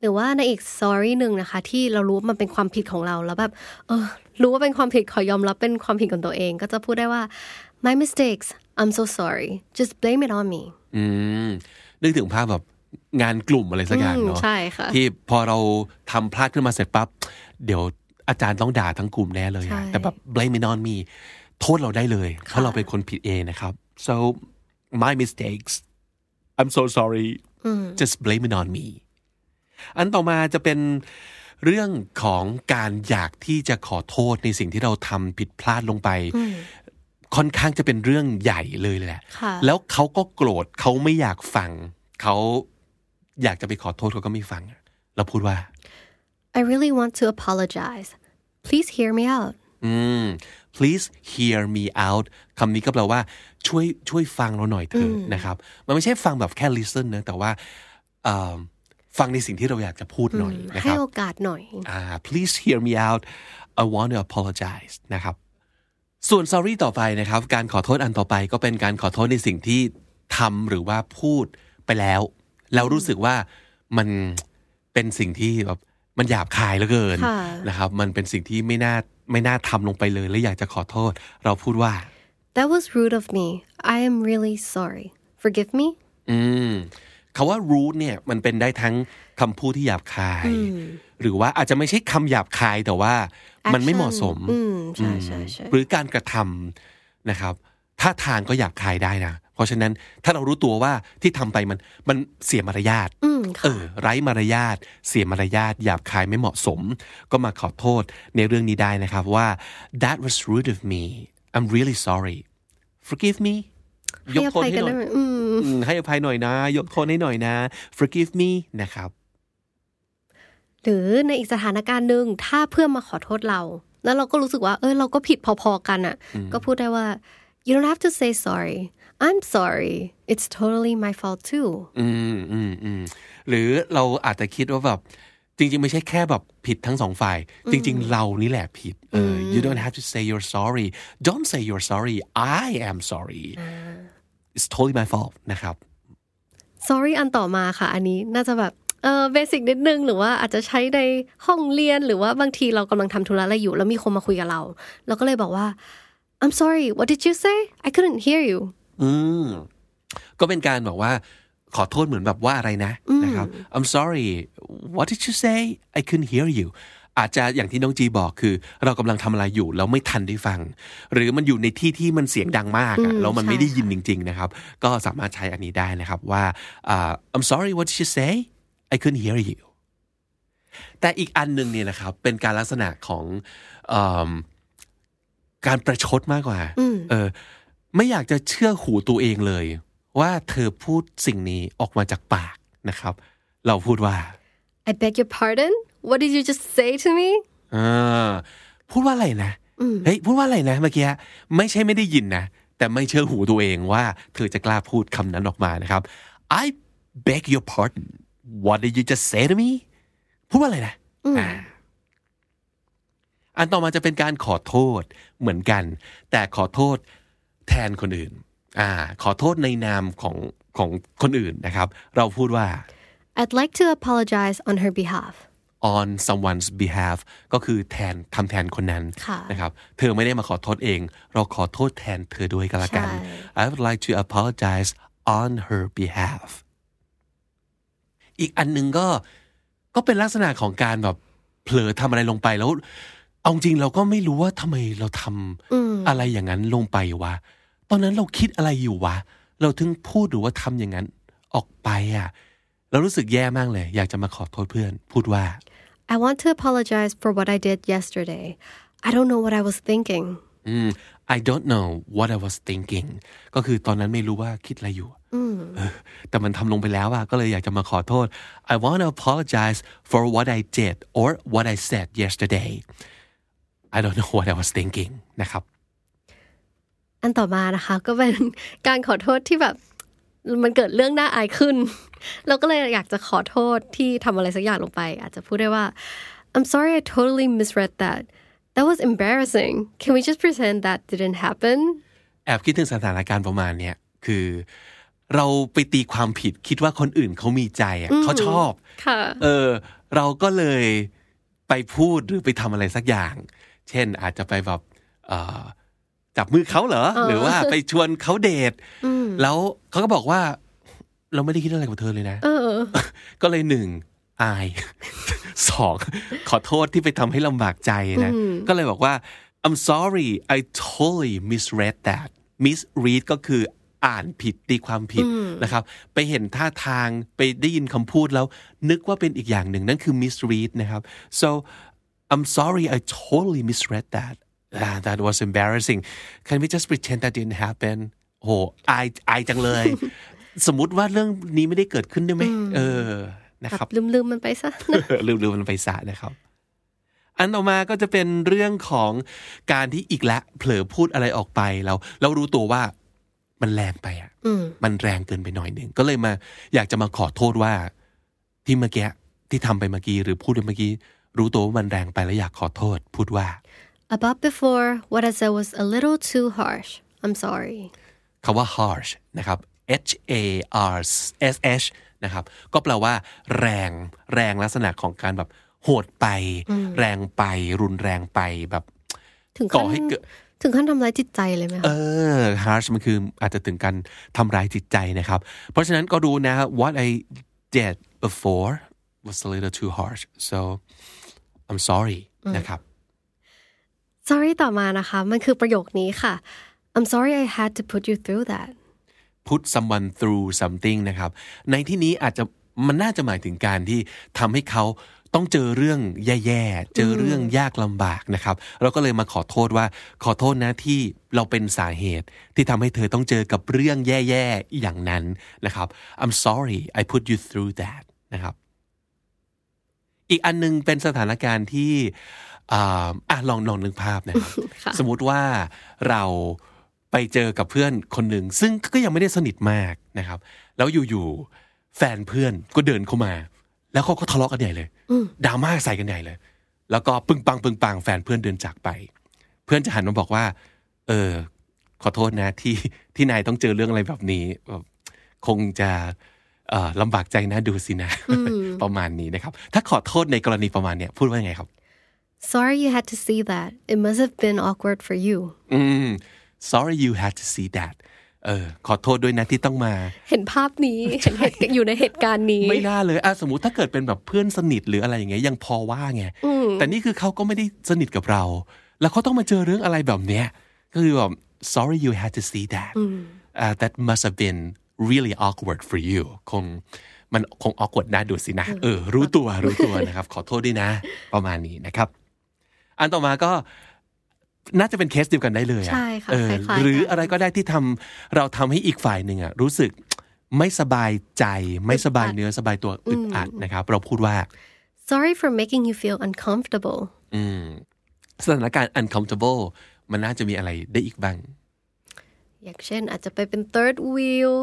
C: หรือว่าในอีก sorry หนึ่งนะคะ ที่เรารู้ว่ามันเป็นความผิดของเราแล้วแบบ เออ รู้ว่าเป็นความผิดขอยอมรับเป็นความผิดของตัวเอง ก็จะพูดได้ว่า my mistakes I'm so sorry just blame it on me
B: อืมนึกถึงภาพแบบงานกลุ่มอะไรสักอย่างเนาะ
C: อืมใช่ค่ะ
B: ที่พอเราทำพลาดขึ้นมาเสร็จปั๊บ เดี๋ยวอาจารย์ต้องด่าทั้งกลุ่มแน่เลยอะแต่แบบ blame it on me โทษเราได้เลย เพราะเราเป็นคนผิดเองนะครับ so my mistakes I'm so sorry just blame it on me อันต่อมาจะเป็นเรื่องของการอยากที่จะขอโทษในสิ่งที่เราทำผิดพลาดลงไป ค่อนข้างจะเป็นเรื่องใหญ่เลยแหละ
C: ค่ะ
B: แล้วเขาก็โกรธเขาไม่อยากฟัง เขาอยากจะไปขอโทษเขาก็ไม่ฟังอะเราพูดว่า
C: I really want to apologize please hear me out
B: อืม please hear me out คำนี้ก็แปลว่า ช่วยช่วยฟังเราหน่อยเถอะนะครับ มันไม่ใช่ฟังแบบแค่ listen นะแต่ว่าเอ่อฟังในสิ่งที่เราอยากจะพูดหน่อยนะค
C: ให้
B: รับ
C: โอกาสหน่อย
B: อ่า please hear me out I want to apologize นะครับ ส่วน sorry ต่อไปนะครับ การขอโทษอันต่อไปก็เป็นการขอโทษในสิ่งที่ทำหรือว่าพูดไปแล้ว แล้วรู้สึกว่ามันเป็นสิ่งที่แบบมันหยาบคายเหลือเกิน
C: ค่ะ
B: นะครับ มันเป็นสิ่งที่ไม่น่าไม่น่าทำลงไปเลยและอยากจะขอโทษ เราพูดว่า
C: that was rude of me I am really sorry forgive me
B: อืมคำว่า rude เนี่ยมันเป็นได้ทั้งคำพูดที่หยาบคาย หรือว่าอาจจะไม่ใช่คำหยาบคายแต่ว่า มันไม่เหมาะสม
C: อืมใช่ใช่ใช่
B: หรือการกระทำนะครับท่าทางก็หยาบคายได้นะ เพราะฉะนั้นถ้าเรารู้ตัวว่าที่ทำไปมันมันเสียมารยาท
C: อืม
B: เอ
C: ค่ะ
B: อไร้มารยาทเสียมารยาทหยาบคายไม่เหมาะสม ก็มาขอโทษในเรื่องนี้ได้นะครับว่า that was rude of me I'm really sorry forgive me ยก
C: ให้อ
B: โทษ
C: ภัย
B: ให้
C: กัน
B: หน่อย
C: ได้ไหมอืม
B: อืมให้อภัยหน่อยนะ ยกโทษให้หน่อยนะ forgive me นะครับ
C: หรือในอีกสถานการณ์หนึ่งถ้าเพื่อนมาขอโทษเรา แล้วเราก็รู้สึกว่า เออเราก็ผิดพอๆกันอ่ะ ก็พูดได้ว่า you don't have to say sorry I'm sorry it's totally my fault too
B: อืมอืมอืมหรือเราอาจจะคิดว่าแบบจริง ๆ ไม่ใช่แค่แบบผิดทั้งสองฝ่าย จริง ๆ เรานี่แหละผิดเอออ you don't have to say you're sorry don't say you're sorry I am sorry it's totally my fault นะครับ
C: sorry อันต่อมาค่ะ อันนี้น่าจะแบบเออเบสิกนิดนึง หรือว่าอาจจะใช้ในห้องเรียนหรือว่าบางทีเรากำลังทำธุระอะไรอยู่ แล้วมีคนมาคุยกับเรา เราก็เลยบอกว่า I'm sorry what did you say I couldn't hear you
B: อืมก็เป็นการบอกว่า ขอโทษเหมือนแบบว่าอะไรนะนะครับ I'm sorry what did you say I couldn't hear you อาจจะอย่างที่น้องจีบอกคือ เรากำลังทำอะไรอยู่แล้วไม่ทันได้ฟัง หรือมันอยู่ในที่ที่มันเสียงดังมากอะแล้วมันไม่ได้ยินจริง ๆ นะครับ ก็สามารถใช้อันนี้ได้นะครับว่าอ่า I'm sorry what did you say I couldn't hear you แต่อีกอันหนึ่งเนี่ยนะครับ เป็นการลักษณะของเอิ่มการประชดมากกว่าเออ ไม่อยากจะเชื่อหูตัวเองเลย ว่าเธอพูดสิ่งนี้ออกมาจากปากนะครับ เราพูดว่า
C: I beg your pardon what did you just say to me
B: เออพูดว่าอะไรนะเฮ้ยพูดว่าอะไรนะเมื่อกี้ไม่ใช่ไม่ได้ยินนะ แต่ไม่เชื่อหูตัวเองว่า เธอจะกล้าพูดคำนั้นออกมานะครับ I beg your pardon what did you just say to me พูดว่าอะไรนะอ่าอันต่อมาจะเป็นการขอโทษเหมือนกัน แต่ขอโทษแทนคนอื่น อ่า ขอโทษในนามของของคนอื่นนะครับ เราพูดว่า
C: I'd like to apologize on her behalf
B: on someone's behalf ก็คือแทนทำแทนคนนั้น
C: ค่ะ
B: นะครับ เธอไม่ได้มาขอโทษเอง เราขอโทษแทนเธอด้วยก็แล้วกัน
C: ใช่
B: I would like to apologize on her behalf อีกอันหนึงก็ก็เป็นลักษณะของการแบบเผลอทำอะไรลงไปแล้ว เอาจริงเราก็ไม่รู้ว่าทำไมเราทำอะไรอย่างนั้นลงไปวะ ตอนนั้นเราคิดอะไรอยู่วะ เราถึงพูดหรือว่าทำอย่างนั้นออกไปอ่ะเรารู้สึกแย่มากเลย อยากจะมาขอโทษเพื่อน พูดว่า
C: I want to apologize for what I did yesterday I don't know what I was thinking
B: อืม I don't know what I was thinking ก็คือตอนนั้นไม่รู้ว่าคิดอะไรอยู่เออแต่มันทำลงไปแล้วอะก็เลยอยากจะมาขอโทษ I want to apologize for what I did or what I said yesterday I don't know what I was thinking นะครับ
C: อันต่อมานะคะ ก็เป็น การขอโทษที่แบบ มันเกิดเรื่องน่าอายขึ้น เราก็เลยอยากจะขอโทษที่ทำอะไรสักอย่างลงไป อาจจะพูดได้ว่า I'm sorry I totally misread that that was embarrassing can we just pretend that didn't happen
B: แอบคิดถึงสถานการณ์ประมาณเนี้ยคือ เราไปตีความผิดคิดว่าคนอื่นเขามีใจอะเขาชอบ
C: ค่ะ
B: เออเราก็เลยไปพูดหรือไปทำอะไรสักอย่าง เช่นอาจจะไปแบบเอ่อจับมือเขาเหรอ หรือว่าไปชวนเขาเดทแล้วเขาก็บอกว่า เราไม่ได้คิดอะไรกับเธอเลยนะ
C: เออ
B: ก็เลยหนึ่งอาย สอง ขอโทษที่ไปทำให้ลำบากใจนะ ก็เลยบอกว่า I'm sorry I totally misread that misread ก็คืออ่านผิดตีความผิดนะครับ ไปเห็นท่าทางไปได้ยินคำพูดแล้ว นึกว่าเป็นอีกอย่างหนึ่ง นั่นคือ misread นะครับ so I'm sorry I totally misread that Ah, that was embarrassing can we just pretend that didn't happen โหอายอายจังเลย สมมติว่าเรื่องนี้ไม่ได้เกิดขึ้นได้ไหมเออนะครับ
C: ลืมๆมันไป ซะ
B: ลืมลืมมันไปซะนะครับ อันต่อมาก็จะเป็นเรื่องของการที่อีกละเผลอพูดอะไรออกไปแล้วเรารู้ตัวว่ามันแรงไปอ่ะมันแรงเกินไปหน่อยหนึ่งก็เลยมา อยากจะมาขอโทษว่า ที่เมื่อกี้ที่ทำไปเมื่อกี้หรือพูดไปเมื่อกี้ รู้ตัวว่ามันแรงไปแล้วอยากขอโทษ พูดว่า
C: about before what I said was a little too harsh I'm sorry
B: คำว่า harsh นะครับ h a r s h นะครับ ก็แปลว่า แรง แรงลักษณะของการแบบโหดไป แรงไป รุนแรงไปแบบ
C: ถึงขั้
B: ก่
C: น
B: อให้เกิด
C: ถึงขั้นทำร้ายจิตใจเลยไหม
B: เออ
C: คะ
B: harsh มันคืออาจจะถึงการทำร้ายจิตใจนะครับ เพราะฉะนั้นก็ดูนะ what I did before was a little too harsh so I'm sorry นะครับ
C: sorry ต่อมานะคะ มันคือประโยคนี้ค่ะ I'm sorry I had to put you through that
B: put someone through something นะครับ ในที่นี้อาจจะมันน่าจะหมายถึงการที่ทำให้เขาต้องเจอเรื่องแย่ๆ เจอเรื่องยากลำบากนะครับ เราก็เลยมาขอโทษว่าขอโทษนะที่เราเป็นสาเหตุ ที่ทำให้เธอต้องเจอกับเรื่องแย่ๆ อย่างนั้นนะครับ I'm sorry I put you through that นะครับ อีกอันหนึงเป็นสถานการณ์ที่อ่าอ่ะลองลองนึกภาพนะครับ สมมุติว่าเราไปเจอกับเพื่อนคนหนึ่ง ซึ่งก็ยังไม่ได้สนิทมากนะครับ แล้วอยู่ๆแฟนเพื่อนก็เดินเข้ามา แล้วเขาก็ทะเลาะกันใหญ่เลยดราม่าใส่กันใหญ่เลย แล้วก็ปึ้งปังปึ้งปังแฟนเพื่อนเดินจากไป เพื่อนจะหันมาบอกว่า เออ ขอโทษนะ ที่ที่นายต้องเจอเรื่องอะไรแบบนี้แบบคงจะเอ่อลำบากใจนะดูสินะ ประมาณนี้นะครับ ถ้าขอโทษในกรณีประมาณเนี้ยพูดว่ายังไงครับ
C: Sorry you had to see that. It must have been awkward for you.
B: อืม sorry you had to see that เออ ขอโทษด้วยนะที่ต้องมา
C: เห็นภาพนี้ เห็นเหตุอยู่ในเหตุการณ์นี้
B: ไม่น่าเลยอ่ะสมมติถ้าเกิดเป็นแบบเพื่อนสนิทหรืออะไรอย่างเงี้ยยังพอว่าไง แต่นี่คือเขาก็ไม่ได้สนิทกับเรา แล้วเขาต้องมาเจอเรื่องอะไรแบบเนี้ยก็คือแบบ sorry you had to see that อ่า that must have been really awkward for you คงมันคง awkward น่าดูสินะ เออ รู้ตัวรู้ตัวนะครับ ขอโทษด้วยนะ ประมาณนี้นะครับ อันต่อมาก็น่าจะเป็นเคสเดียวกันได้เลยอะ
C: ใช่ค่ะ
B: เออ
C: คล้ายๆกัน
B: หรืออะไรก็ได้ที่ทำเราทำให้อีกฝ่ายหนึ่งอะรู้สึกไม่สบายใจ ไม่สบายเนื้อสบายตัวอึดอัดนะครับ เราพูดว่า
C: Sorry for making you feel uncomfortable.
B: อืมสถานการณ์ uncomfortable มันน่าจะมีอะไรได้อีกบ้าง
C: อย่างเช่นอาจจะไปเป็น third wheel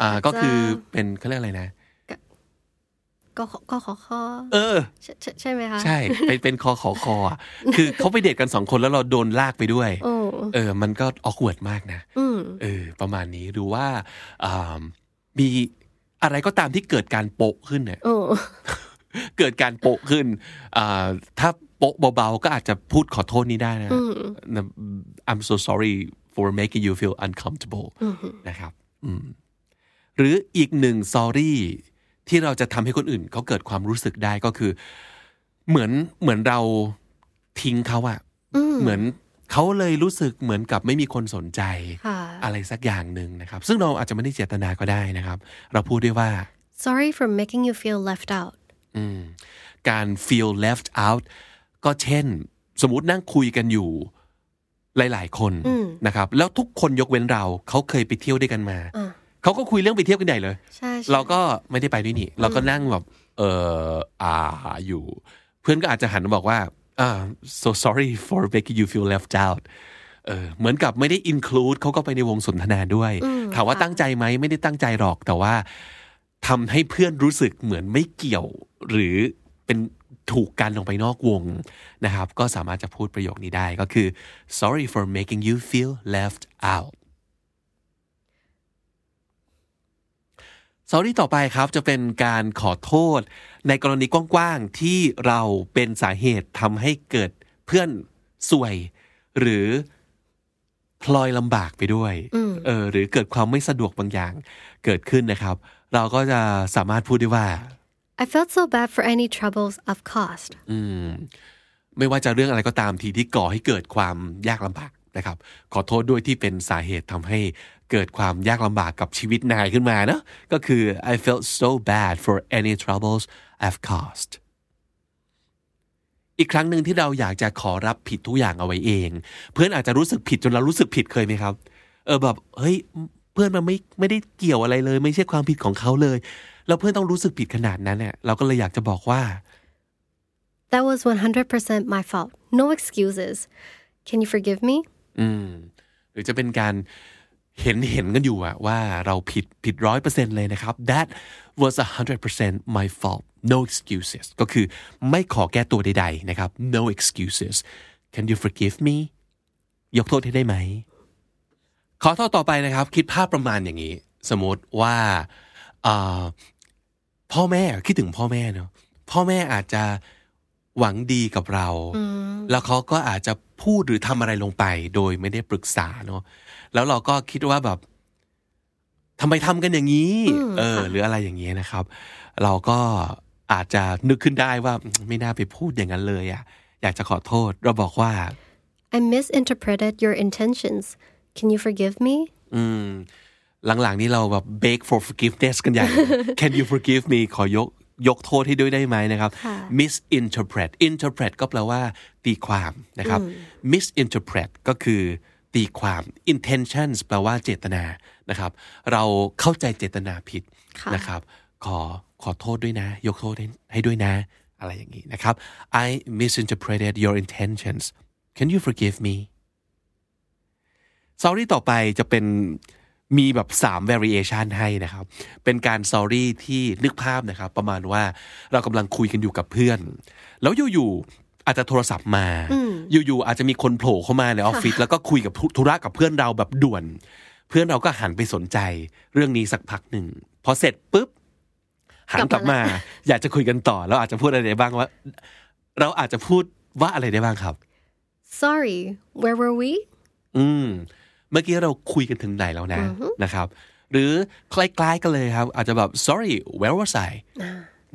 B: อ่า
C: อาจจะ
B: ก็คือเป็นเขาเรียกอะไรนะ
C: ก็ขอก็ขอข้อ
B: เออ
C: ใช่ใช่ใช่ไหมคะ
B: ใช่ เป็นเป็นคอขอคออะคือเขาไปเดทกันสองคนแล้วเราโดนลากไปด้วย
C: โอ้
B: เออ มันก็ออกวดมากนะ
C: อืม
B: เออ ประมาณนี้หรือว่าอ่ามีอะไรก็ตามที่เกิดการโปะขึ้นเนี่ย
C: โอ้
B: เกิดการโปะขึ้นอ่าถ้าโปะเบาๆ ก็อาจจะพูดขอโทษนี้ได้นะ I'm so sorry for making you feel uncomfortable นะครับอืมหรืออีกหนึ่ง sorry ที่เราจะทำให้คนอื่นเขาเกิดความรู้สึกได้ก็คือ เหมือนเหมือนเราทิ้งเขาอะเหมือนเขาเลยรู้สึกเหมือนกับไม่มีคนสนใจ
C: ค่ะ
B: อะไรสักอย่างหนึ่งนะครับ ซึ่งเราอาจจะไม่ได้เจตนาก็ได้นะครับ เราพูดด้วยว่า
C: Sorry for making you feel left out
B: อืมการ feel left out ก็เช่น สมมตินั่งคุยกันอยู่หลาย ๆ คนนะครับ แล้วทุกคนยกเว้นเราเขาเคยไปเที่ยวด้วยกันมา เขาก็คุยเรื่องไปเที่ยวกันใหญ่เลย
C: ใช่ใช่
B: เราก็ไม่ได้ไปด้วยนี่ เราก็นั่งแบบ เอออ่าอยู่ เพื่อนก็อาจจะหันมาบอกว่าอ่า so sorry for making you feel left out เออเหมือนกับไม่ได้ include เขาก็ไปในวงสนทนาด้วย ถามว่าตั้งใจไหมไม่ได้ตั้งใจหรอก แต่ว่าทำให้เพื่อนรู้สึกเหมือนไม่เกี่ยว หรือเป็นถูกกันออกไปนอกวงนะครับ ก็สามารถจะพูดประโยคนี้ได้ก็คือ sorry for making you feel left out sorry ต่อไปครับจะเป็นการขอโทษ ในกรณีกว้างๆ ที่เราเป็นสาเหตุทำให้เกิดเพื่อนสวย หรือพลอยลำบากไปด้วยเออหรือเกิดความไม่สะดวกบางอย่างเกิดขึ้นนะครับ เราก็จะสามารถพูดได้ว่า
C: I felt so bad for any troubles I've caused
B: อืมไม่ว่าจะเรื่องอะไรก็ตามทีที่ก่อให้เกิดความยากลำบากนะครับ ขอโทษด้วยที่เป็นสาเหตุทำให้เกิดความยากลำบากกับชีวิตนายขึ้นมาเนอะก็คือ I felt so bad for any troubles I've caused อีกครั้งหนึ่งที่เราอยากจะขอรับผิดทุกอย่างเอาไว้เอง เพื่อนอาจจะรู้สึกผิดจนเรารู้สึกผิดเคยไหมครับ เออแบบเฮ้ยเพื่อนมันไม่ไม่ได้เกี่ยวอะไรเลย ไม่ใช่ความผิดของเขาเลย แล้วเพื่อนต้องรู้สึกผิดขนาดนั้นเนี่ยเราก็เลยอยากจะบอกว่า
C: That was 100% my fault no excuses Can you forgive me
B: อืมหรือจะเป็นการเห็นเห็นกันอยู่อะว่าเราผิดผิดร้อยเปอร์เซ็นเลยนะครับ that was 100% my fault no excuses ก็คือไม่ขอแก้ตัวใดๆนะครับ no excuses can you forgive me ยกโทษให้ได้ไหม ขอโทษต่อไปนะครับ คิดภาพประมาณอย่างนี้ สมมติว่าเอ่อพ่อแม่คิดถึงพ่อแม่เนอะพ่อแม่อาจจะหวังดีกับเรา แล้วเขาก็อาจจะพูดหรือทำอะไรลงไป โดยไม่ได้ปรึกษาเนอะแล้วเราก็คิดว่าแบบทำไมทำกันอย่างนี้ เออ หรืออะไรอย่างเงี้ยนะครับ เราก็อาจจะนึกขึ้นได้ว่าไม่น่าไปพูดอย่างนั้นเลยอะอยากจะขอโทษ เราบอกว่า
C: I misinterpreted your intentions Can you forgive me
B: อืมหลังๆนี้เราแบบ beg for forgiveness กันใหญ่เลย Can you forgive me ขอยกยกโทษให้ด้วยได้ไหมนะครับ misinterpret interpret ก็แปลว่า ตีความนะครับ misinterpret ก็คือตีความ intentions แปลว่าเจตนานะครับ เราเข้าใจเจตนาผิดนะครับ ขอขอโทษด้วยนะ ยกโทษให้ให้ด้วยนะ อะไรอย่างนี้นะครับ I misinterpreted your intentions Can you forgive me sorry ต่อไปจะเป็นมีแบบ 3 variation ให้นะครับ เป็นการ sorry ที่นึกภาพนะครับ ประมาณว่าเรากำลังคุยกันอยู่กับเพื่อน แล้วอยู่ๆอาจจะโทรศัพท์มา อยู่ๆอาจจะมีคนโผล่เข้ามาในออฟฟิศแล้วก็คุยกับธุระกับเพื่อนเราแบบด่วน เพื่อนเราก็หันไปสนใจเรื่องนี้สักพักหนึ่งพอเสร็จปุ๊บ หันกลับมา อยากจะคุยกันต่อ แล้วอาจจะพูดอะไรได้บ้างว่า เราอาจจะพูดว่าอะไรได้บ้างครับ
C: sorry where were we
B: อืมเมื่อกี้เราคุยกันถึงไหนแล้วนะนะครับ หรือคล้ายๆกันเลยครับ อาจจะแบบ sorry where was I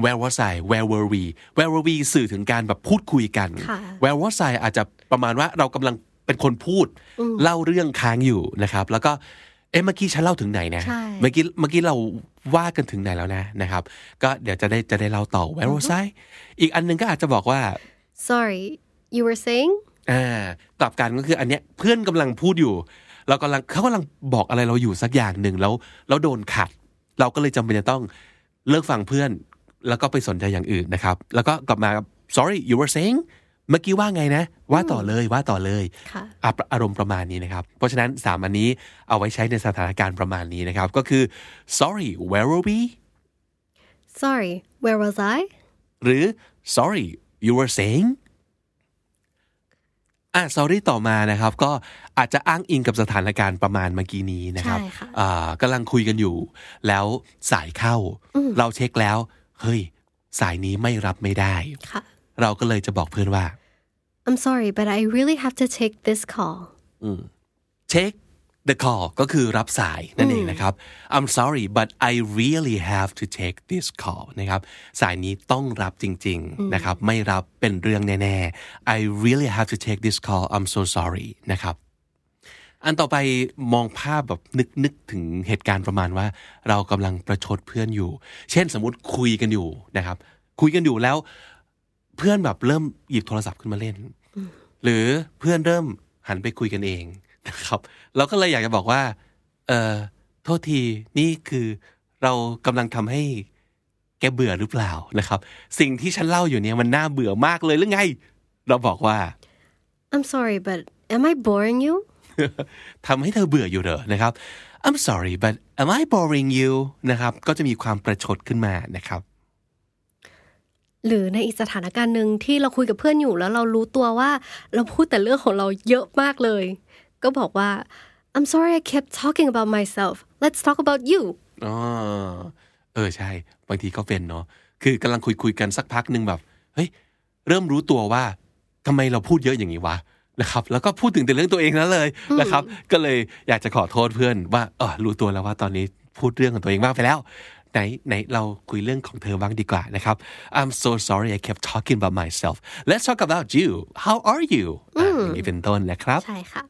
B: where was I where were we where were we สื่อถึงการแบบพูดคุยกัน
C: ค่ะ
B: where was I อาจจะประมาณว่าเรากำลังเป็นคนพูด เล่าเรื่องค้างอยู่นะครับ แล้วก็เอ๊ะเมื่อกี้ฉันเล่าถึงไหนนะ
C: ใช่
B: เมื่อกี้เมื่อกี้เราว่ากันถึงไหนแล้วนะนะครับ ก็เดี๋ยวจะได้จะได้เล่าต่อ where was I อีกอันหนึงก็อาจจะบอกว่า
C: sorry you were saying
B: อ่ากลับกันก็คืออันเนี้ยเพื่อนกำลังพูดอยู่ เรากำลังเขากำลังบอกอะไรเราอยู่สักอย่างหนึ่งแล้วแล้วโดนขัด เราก็เลยจำเป็นจะต้องเลิกฟังเพื่อน แล้วก็ไปสนใจอย่างอื่นนะครับ แล้วก็กลับมา sorry you were saying เมื่อกี้ว่าไงนะ ว่าต่อเลยว่าต่อเลย
C: ค่ะ
B: อ่ะอารมณ์ประมาณนี้นะครับ เพราะฉะนั้นสามอันนี้เอาไว้ใช้ในสถานการณ์ประมาณนี้นะครับ ก็คือ sorry where were we
C: sorry where was I
B: หรือ sorry you were saying อ่ะ sorry ต่อมานะครับ ก็อาจจะอ้างอิงกับสถานการณ์ประมาณเมื่อกี้นี้นะครับ
C: ใช่ค่ะ
B: อ่ากำลังคุยกันอยู่ แล้วสายเข้า เราเช็คแล้ว เฮ้ย สายนี้ไม่รับไม่ได้
C: ค่ะ
B: เราก็เลยจะบอกเพื่อนว่า
C: I'm sorry but I really have to take this call
B: เช็ค the call ก็คือรับสายนั่นเองนะครับ I'm sorry but I really have to take this call นะครับ สายนี้ต้องรับจริง ๆ นะครับ ไม่รับเป็นเรื่องแน่ ๆ I really have to take this call I'm so sorry นะครับ อันต่อไปมองภาพแบบนึกนึกถึงเหตุการณ์ประมาณว่า เรากำลังประชดเพื่อนอยู่ เช่นสมมติคุยกันอยู่นะครับ คุยกันอยู่แล้วเพื่อนแบบเริ่มหยิบโทรศัพท์ขึ้นมาเล่น หรือเพื่อนเริ่มหันไปคุยกันเองนะครับ เราก็เลยอยากจะบอกว่า เออโทษทีนี่คือเรากำลังทำให้แกเบื่อหรือเปล่านะครับ สิ่งที่ฉันเล่าอยู่เนี่ยมันน่าเบื่อมากเลยหรือไง เราบอกว่า
C: I'm sorry but am I boring you
B: ทำให้เธอเบื่ออยู่เหรอนะครับ I'm sorry but am I boring you นะครับ ก็จะมีความประชดขึ้นมานะครับ
C: หรือในอีกสถานการณ์หนึ่งที่เราคุยกับเพื่อนอยู่แล้วเรารู้ตัวว่า เราพูดแต่เรื่องของเราเยอะมากเลย ก็บอกว่า I'm sorry I kept talking about myself let's talk about you
B: อ๋อเออใช่บางทีก็เป็นเนาะคือกำลังคุยคุยๆกันสักพักหนึ่งแบบเฮ้ยเริ่มรู้ตัวว่าทำไมเราพูดเยอะอย่างนี้วะนะครับ แล้วก็พูดถึงแต่เรื่องตัวเองนั้นเลยนะครับ ก็เลยอยากจะขอโทษเพื่อนว่าเออรู้ตัวแล้วว่าตอนนี้พูดเรื่องของตัวเองมากไปแล้ว ไหนไหนเราคุยเรื่องของเธอบ้างดีกว่านะครับ I'm so sorry I kept talking about myself Let's talk about you How are you อ่ะอย่างนี้เป็นต้นนะครับ
C: ใช่ค่ะ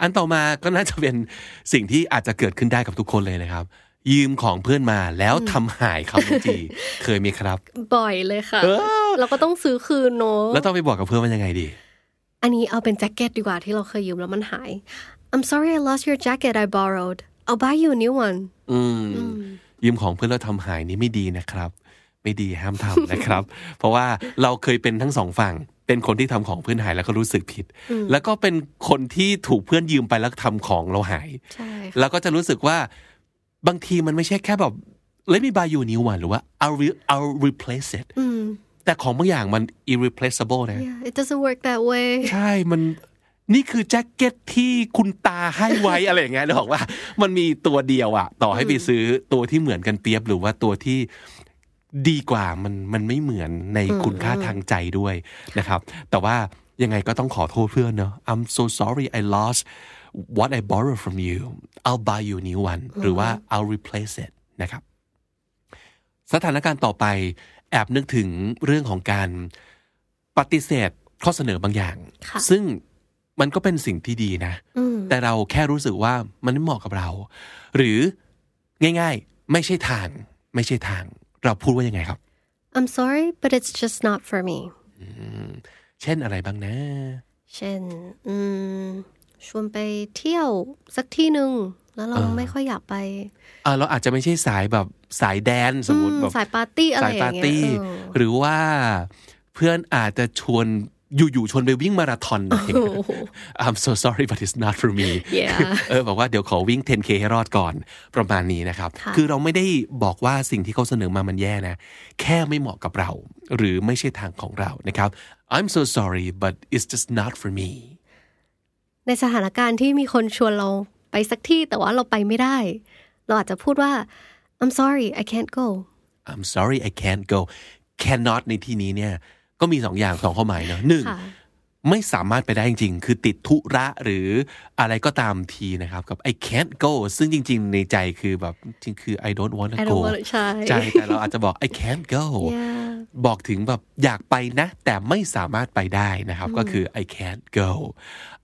B: อันต่อมาก็น่าจะเป็นสิ่งที่อาจจะเกิดขึ้นได้กับทุกคนเลยนะครับ ยืมของเพื่อนมาแล้วทำหายครับน้องจี เคยมีครับ
C: บ่อยเลยค่ะ
B: เออ
C: เราก็ต้องซื้อคืนเนอะ
B: แล้วต้องไปบอกกับเพื่อนว่ายังไงดี
C: อันนี้เอาเป็นแจ็คเก็ตดีกว่าที่เราเคยยืมแล้วมันหาย I'm sorry I lost your jacket I borrowed I'll buy you a new one
B: อืม ยืมของเพื่อนแล้วทำหายนี่ไม่ดีนะครับ ไม่ดีห้ามทำ นะครับ เพราะว่าเราเคยเป็นทั้งสองฝั่ง เป็นคนที่ทำของเพื่อนหายแล้วก็รู้สึกผิด แล้วก็เป็นคนที่ถูกเพื่อนยืมไปแล้วทำของเราหาย
C: ใช่ค่ะ
B: แล้วก็จะรู้สึกว่าบางทีมันไม่ใช่แค่แบบ let me buy you a new one หรือว่า I'll re- I'll replace it แต่ของบางอย่างมัน irreplaceable นะ
C: yeah it doesn't work that way
B: ใช่มันนี่คือแจ็คเก็ตที่คุณตาให้ ไว้ อะไรอย่างเงี้ยหรอกว่า มันมีตัวเดียวอะต่อให้ไปซื้อตัวที่เหมือนกันเปียบ หรือว่าตัวที่ดีกว่ามันมันไม่เหมือนในคุณค่าทางใจด้วยนะครับ แต่ว่ายังไงก็ต้องขอโทษเพื่อนเนอะ I'm so sorry I lost what I borrowed from you I'll buy you a new one หรือว่า I'll replace it นะครับ สถานการณ์ต่อไปแอบนึกถึงเรื่องของการปฏิเสธข้อเสนอบางอย่าง
C: ค่ะ
B: ซึ่งมันก็เป็นสิ่งที่ดีนะ แต่เราแค่รู้สึกว่ามันไม่เหมาะกับเรา หรือง่ายๆ ไม่ใช่ทาง ไม่ใช่ทาง เราพูดว่ายังไงครับ
C: I'm sorry but it's just not for me
B: เช่นอะไรบ้างนะ
C: เช่นอืมชวนไปเที่ยวสักที่หนึ่ง แล้วเราไม่ค่อยอยากไป
B: เอ่อเราอาจจะไม่ใช่สายแบบสายแดนสมมติ
C: อืม
B: แบบ
C: สายปาร์ตี้อะไร
B: สาย
C: อ
B: ปา
C: ย่าง
B: ร์
C: เงี้
B: ตี้
C: ย
B: หรือว่าเพื่อนอาจจะชวนอยู่ๆชวนไปวิ่งมาราธอนอะไรอย่าง
C: เอ
B: เงี้
C: อย โอ้โห
B: I'm so sorry but it's not for me
C: Yeah
B: เออบอกว่าเดี๋ยวขอวิ่ง 10k ให้รอดก่อนประมาณนี้นะครับ
C: ค่ะ
B: อเราไม่ได้บอกว่าสิ่งที่เขาเสนอมามันแย่นะ แค่ไม่เหมาะกับเรา หรือไม่ใช่ทางของเรานะครับ I'm so sorry but it's just not for me
C: ในสถานการณ์ที่มีคนชวนเราไปสักที่แต่ว่าเราไปไม่ได้ เราอาจจะพูดว่า I'm sorry I can't go
B: I'm sorry I can't go cannot ในที่นี้เนี่ย ก็มีสองอย่างสองข้อหมายเนอะหนึ่ง
C: ค่ะ
B: ไม่สามารถไปได้จริงๆ คือติดธุระหรืออะไรก็ตามทีนะครับ กับ I can't go ซึ่งจริงๆ ในใจคือแบบจริงคือ I don't want to
C: I
B: go
C: don't want to ใช่
B: ใช่แต่เราอาจจะบอก I can't go
C: Yeah
B: บอกถึงแบบอยากไปนะ แต่ไม่สามารถไปได้นะครับ ก็คือ I can't go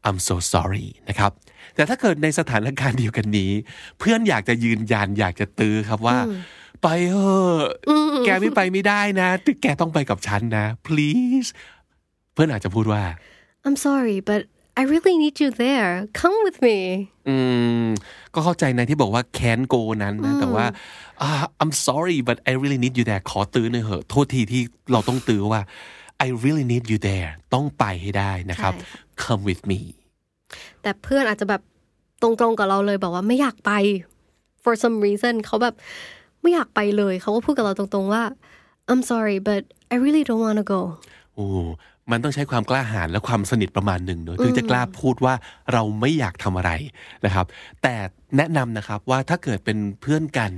B: I'm so sorry นะครับ แต่ถ้าเกิดในสถานการณ์เดียวกันนี้ เพื่อนอยากจะยืนยันอยากจะตื้อครับว่า ไปเถอะแกไม่ไปไม่ได้นะ แกต้องไปกับฉันนะ please เพื่อนอาจจะพูดว่า
C: I'm sorry but I really need you there come with me
B: อืมก็เข้าใจนะที่บอกว่าแค้นโกนั้นนะ แต่ว่าอ่า I'm sorry but I really need you there ขอตื้อหน่อยเหอะ โทษทีที่เราต้องตื้อว่า I really need you there ต้องไปให้ได้นะครับ
C: ใช่
B: come with me
C: แต่เพื่อนอาจจะแบบตรงๆกับเราเลยบอกว่าไม่อยากไป for some reason เขาแบบไม่อยากไปเลย เขาก็พูดกับเราตรงๆว่า I'm sorry but I really don't want to go
B: โอ้มันต้องใช้ความกล้าหาญและความสนิทประมาณหนึ่งเนอะถึงจะกล้าพูดว่าเราไม่อยากทำอะไรนะครับ แต่แนะนำนะครับว่าถ้าเกิดเป็นเพื่อนกัน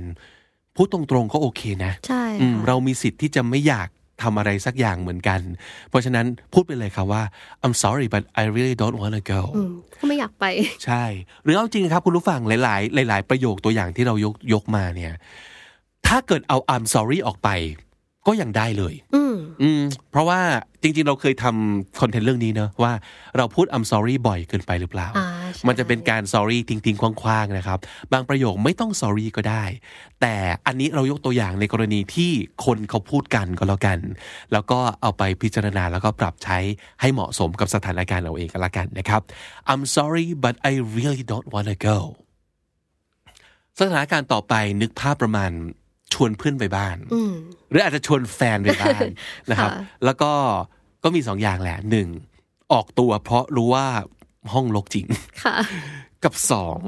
B: พูดตรงๆก็โอเคนะ
C: ใช่
B: อืม
C: ค่ะ
B: เรามีสิทธิ์ที่จะไม่อยากทำอะไรสักอย่างเหมือนกัน เพราะฉะนั้นพูดไปเลยครับว่า I'm sorry but I really don't want to go
C: อืมก็ไม่อ ยากไป
B: ใช่ หรือเอาจริงครับคุณผู้ฟังหลาย ๆ หลาย ๆ ประโยคตัวอย่างที่เรายกยกมาเนี่ย ถ้าเกิดเอา I'm sorry ออกไป ก็ยังได้เลย
C: อื ม
B: อืมเพราะว่าจริง ๆ เราเคยทำคอนเทนต์เรื่องนี้เนอะว่าเราพูด I'm sorry บ่อยเกินไปหรือเปล่า
C: อ่าใช่
B: มันจะเป็นการ sorry ทิ้ง ๆ คว้าง ๆ นะครับ บางประโยคไม่ต้อง sorry ก็ได้ แต่อันนี้เรายกตัวอย่างในกรณีที่คนเขาพูดกันก็แล้วกัน แล้วก็เอาไปพิจารณาแล้วก็ปรับใช้ให้เหมาะสมกับสถานการณ์เราเองก็แล้วกันนะครับ I'm sorry but I really don't wanna go สถานการณ์ต่อไปนึกภาพประมาณชวนเพื่อนไปบ้าน
C: อืม
B: หรืออาจจะชวนแฟนไปบ้าน นะครับ
C: ค่ะ
B: แล้วก็ก็มีสองอย่างแหละหนึ่งออกตัวเพราะรู้ว่าห้องลกจริง
C: ค่ะ
B: กับสอง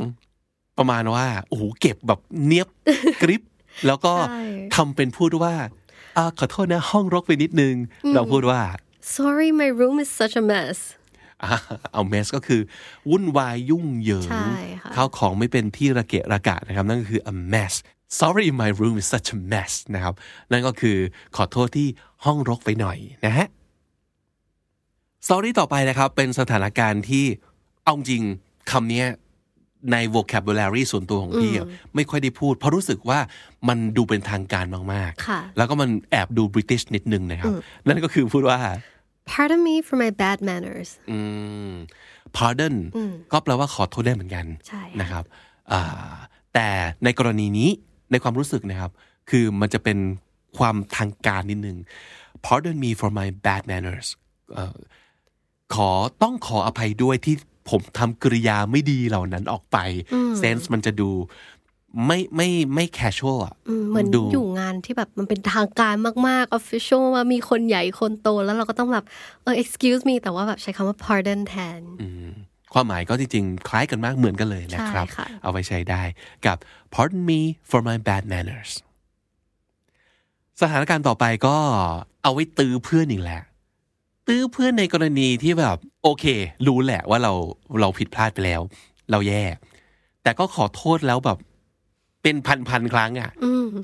B: ประมาณว่าโอ้โหเก็บแบบเนียบ กริป แล้วก็
C: ใช่
B: ทำเป็นพูดว่าอาขอโทษนะห้องรกไปนิดนึง เราพูดว่า
C: sorry my room is such a mess
B: อ่าเอาเมสก็คือ วุ่นวายยุ่งเหยิง
C: ใช่ค่ะ
B: ข้าวของไม่เป็นที่ระเกะระกะนะครับ นั่นก็คือ a mess sorry my room is such a mess นะครับ นั่นก็คือขอโทษที่ห้องรกไปหน่อยนะฮะ sorry ต่อไปนะครับ เป็นสถานการณ์ที่เอาจริงคำเนี้ยใน vocabulary ส่วนตัวของพี่อะไม่ค่อยได้พูด เพราะรู้สึกว่ามันดูเป็นทางการมาก
C: ค่ะ
B: ๆ แล้วก็มันแอบดูบริติชนิดนึงนะครับ นั่นก็คือพูดว่า
C: pardon me for my bad manners
B: อืม pardon ก็แปลว่าขอโทษได้เหมือนกัน
C: ใช่
B: นะครับอ่าแต่ในกรณีนี้ในความรู้สึกนะครับ คือมันจะเป็นความทางการนิดนึง pardon me for my bad manners เอ่อขอต้องขออภัยด้วยที่ผมทำกริยาไม่ดีเหล่านั้นออกไป เซนส์มันจะดูไม่ไม่ไม่ casual อ่ะ
C: อืมเหมือน
B: ดู
C: อยู่งานที่แบบมันเป็นทางการมาก ๆ official มามีคนใหญ่คนโตแล้วเราก็ต้องแบบเออ excuse me แต่ว่าแบบใช้คำว่า pardon แทน
B: ความหมายก็จริงๆ คล้ายกันมากเหมือนกันเลยนะครับ
C: ใช่ค่ะ
B: เอาไว้ใช้ได้กับ pardon me for my bad manners สถานการณ์ต่อไปก็เอาไว้ตื้อเพื่อนอีกแหละ ตื้อเพื่อนในกรณีที่แบบ โอเค รู้แหละว่าเราเราผิดพลาดไปแล้ว เราแย่ แต่ก็ขอโทษแล้วแบบ เป็นพันๆครั้งอ่ะ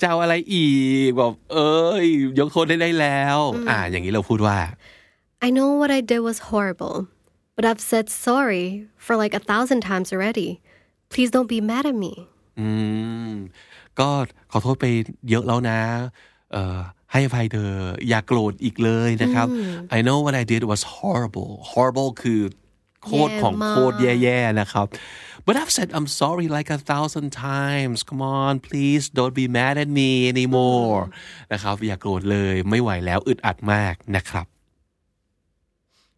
B: จะเอาอะไรอีกแบบเอ้ย ยกโทษได้ได้แล้ว อ่า อย่างนี้เราพูดว่า
C: I know what I did was horrible but I've said sorry for like a thousand times already please don't be mad at me
B: อืมก็ขอโทษไปเยอะแล้วนะเอ่อให้อภัยเธออย่าโกรธอีกเลยนะครับ I know what I did was horrible horrible คือโคตรของ
C: แย่มาก
B: โคตรแย่ๆนะครับ but I've said I'm sorry like a thousand times come on please don't be mad at me anymore นะครับ อย่าโกรธเลยไม่ไหวแล้วอึดอัดมากนะครับ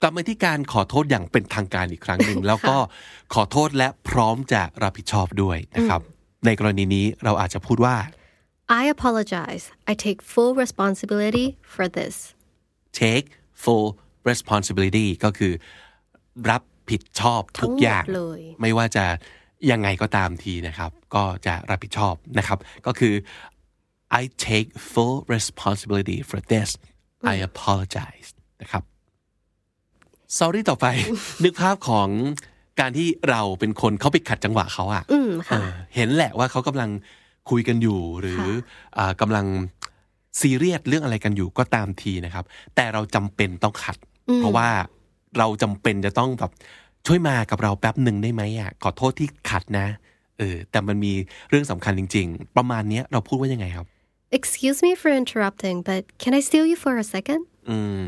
B: กลับมาที่การขอโทษอย่างเป็นทางการอีกครั้งหนึ่ง แล้วก็ขอโทษและพร้อมจะรับผิดชอบด้วยนะครับ ในกรณีนี้เราอาจจะพูดว่า
C: I apologize I take full responsibility for this
B: take full responsibility ก็คือ รับผิดชอบทุกอย่าง
C: ทั้งหมดเลย
B: ไม่ว่าจะยังไงก็ตามทีนะครับ ก็จะรับผิดชอบนะครับ ก็คือ I take full responsibility for this I apologize นะครับ sorry ต่อไป นึกภาพของการที่เราเป็นคนเข้าไปขัดจังหวะเขาอะ
C: อืมค่ะ
B: เออเห็นแหละว่าเขากำลังคุยกันอยู่หรืออ่ากำลังซีเรียสเรื่องอะไรกันอยู่ก็ตามทีนะครับ แต่เราจำเป็นต้องขัด เพราะว่าเราจำเป็นจะต้องแบบช่วยมากับเราแป๊บหนึ่งได้ไหมอ่ะขอโทษที่ขัดนะเออแต่มันมีเรื่องสำคัญจริง ๆ ประมาณเนี้ยเราพูดว่ายังไงครับ
C: Excuse me for interrupting but can I steal you for a second
B: อืม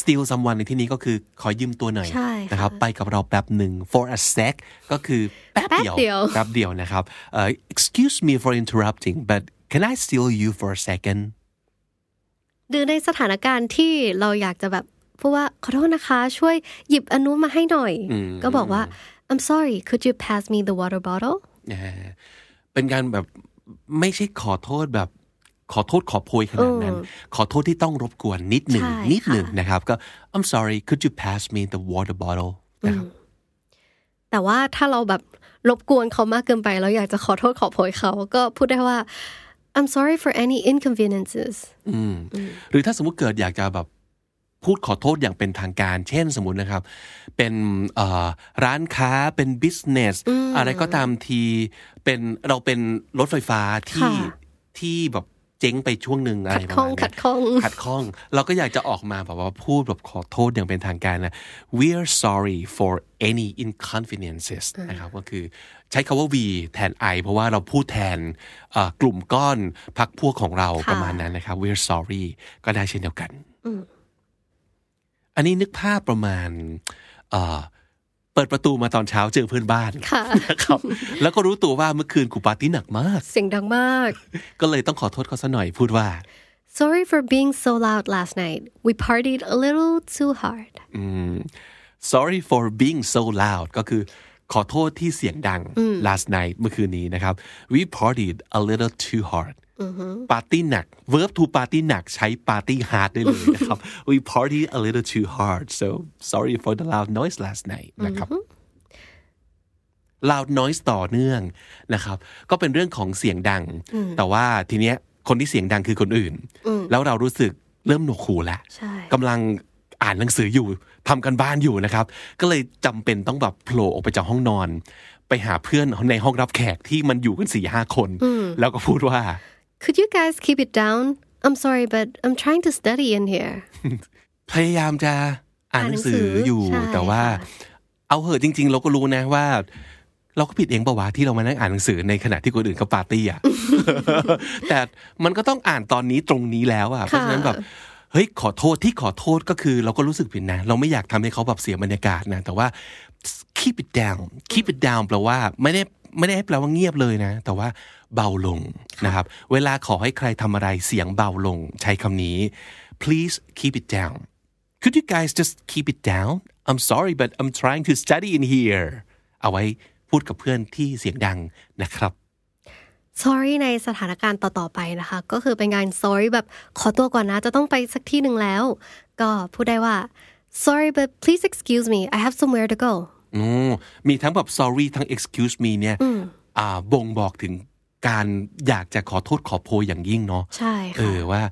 B: steal someone ในที่นี้ก็คือขอยืมตัวหน่อย
C: ใช่ค่ะ
B: นะครับ ไปกับเราแป๊บหนึ่ง for a sec ก็คือแป๊บเดียว
C: แป๊บเดียว
B: แป๊บเดียวนะครับเอ่อ excuse me for interrupting but can I steal you for a second
C: หรือในสถานการณ์ที่เราอยากจะแบบพูดว่าขอโทษนะคะช่วยหยิบอันนู้นมาให้หน่อย ก็บอกว่า I'm sorry could you pass me the water bottle
B: เออเป็นการแบบไม่ใช่ขอโทษแบบขอโทษขอโพยขนาดนั้น ขอโทษที่ต้องรบกวนนิดหนึ่ง
C: ใช่
B: นิดหนึ่ง
C: ค่ะ
B: นะครับก็ I'm sorry could you pass me the water bottle นะครับ
C: แต่ว่าถ้าเราแบบรบกวนเขามากเกินไป เราอยากจะขอโทษขอโพยเขาก็พูดได้ว่า I'm sorry for any inconveniences
B: อืมหรือถ้าสมมุติเกิดอยากจะแบบพูดขอโทษอย่างเป็นทางการ เช่นสมมตินะครับ เป็นเอ่อร้านค้าเป็นบิสเนสอะไรก็ตามทีเป็นเราเป็นรถไฟฟ้าที่
C: ค่ะ
B: ที่แบบเจ๊งไปช่วงหนึ่งอะไรประมาณเนี้ย
C: ขัดข้องขัดข้อง
B: ขัดข้อง เราก็อยากจะออกมาแบบว่าพูดแบบขอโทษอย่างเป็นทางการนะ we're sorry for any inconveniences นะครับก็คือใช้คาว่า we แทน I เพราะว่าเราพูดแทนเอ่อกลุ่มก้อนพักพวกของเรา
C: ค่ะ
B: ประมาณนั้นนะครับ we're sorry ก็ได้เช่นเดียวกัน อันนี้นึกภาพประมาณเอ่อเปิดประตูมาตอนเช้าเจอเพื่อนบ้าน
C: ค่ะ
B: นะครับ แล้วก็รู้ตัวว่าเมื่อคืนกูปาร์ตี้หนักมาก
C: เสียงดังมาก
B: ก็เลยต้องขอโทษเขาซะหน่อยพูดว่า
C: Sorry for being so loud last night we partied a little too hard
B: อืม sorry for being so loud ก็คือขอโทษที่เสียงดัง last night เมื่อคืนนี้นะครับ we partied a little too hard ปาร์ตี้หนัก verb to party หนักใช้ party hard ได้เลยนะครับ we partied a little too hard so sorry for the loud noise last night นะครับ loud noise ต่อเนื่องนะครับ ก็เป็นเรื่องของเสียงดัง แต่ว่าทีเนี้ยคนที่เสียงดังคือคนอื่น แล้วเรารู้สึกเริ่มหนวกหูแล้ว
C: ใช่
B: กำลังอ่านหนังสืออยู่ทำกันบ้านอยู่นะครับ ก็เลยจำเป็นต้องแบบโผล่ออกไปจากห้องนอน ไปหาเพื่อนในห้องรับแขกที่มันอยู่กันสี่ห้าคน แล้วก็พูดว่า
C: Could you guys keep it down I'm sorry but I'm trying to study in here
B: พยายามจะอ่านหนังสืออยู่
C: อ่านหนังสือใช่
B: แต่ว่า
C: ค่ะ
B: เอาเหอะจริง ๆ เราก็รู้นะว่า เราก็ผิดเองปะวะที่เรามานั่งอ่านหนังสือในขณะที่คนอื่นเขาปาร์ตี้ อ่ะ แต่มันก็ต้องอ่านตอนนี้ตรงนี้แล้วอ่ะเพราะฉะนั้นแบบเฮ้ยขอโทษที่ขอโทษก็คือ เราก็รู้สึกผิดนะ เราไม่อยากทำให้เขาแบบเสียบรรยากาศนะ แต่ว่า keep it down keep it down แปลว่าไม่ได้ไม่ได้แปลว่าเงียบเลยนะ แต่ว่าเบาลงนะครับ เวลาขอให้ใครทำอะไรเสียงเบาลงใช้คำนี้ please keep it down could you guys just keep it down I'm sorry but I'm trying to study in here เอาไว้พูดกับเพื่อนที่เสียงดังนะครับ
C: Sorry ในสถานการณ์ต่อ ๆ ไปนะคะ ก็คือเป็นการ Sorry แบบขอตัวก่อนนะ จะต้องไปสักที่หนึ่งแล้ว ก็พูดได้ว่า Sorry but please excuse me I have somewhere to go
B: อืมมีทั้งแบบ sorry ทั้ง excuse me เนี่ยอ่าบ่งบอกถึงการอยากจะขอโทษขอโพยอย่างยิ่งเนาะ
C: ใช่
B: เอ
C: ค่ะ
B: อว่า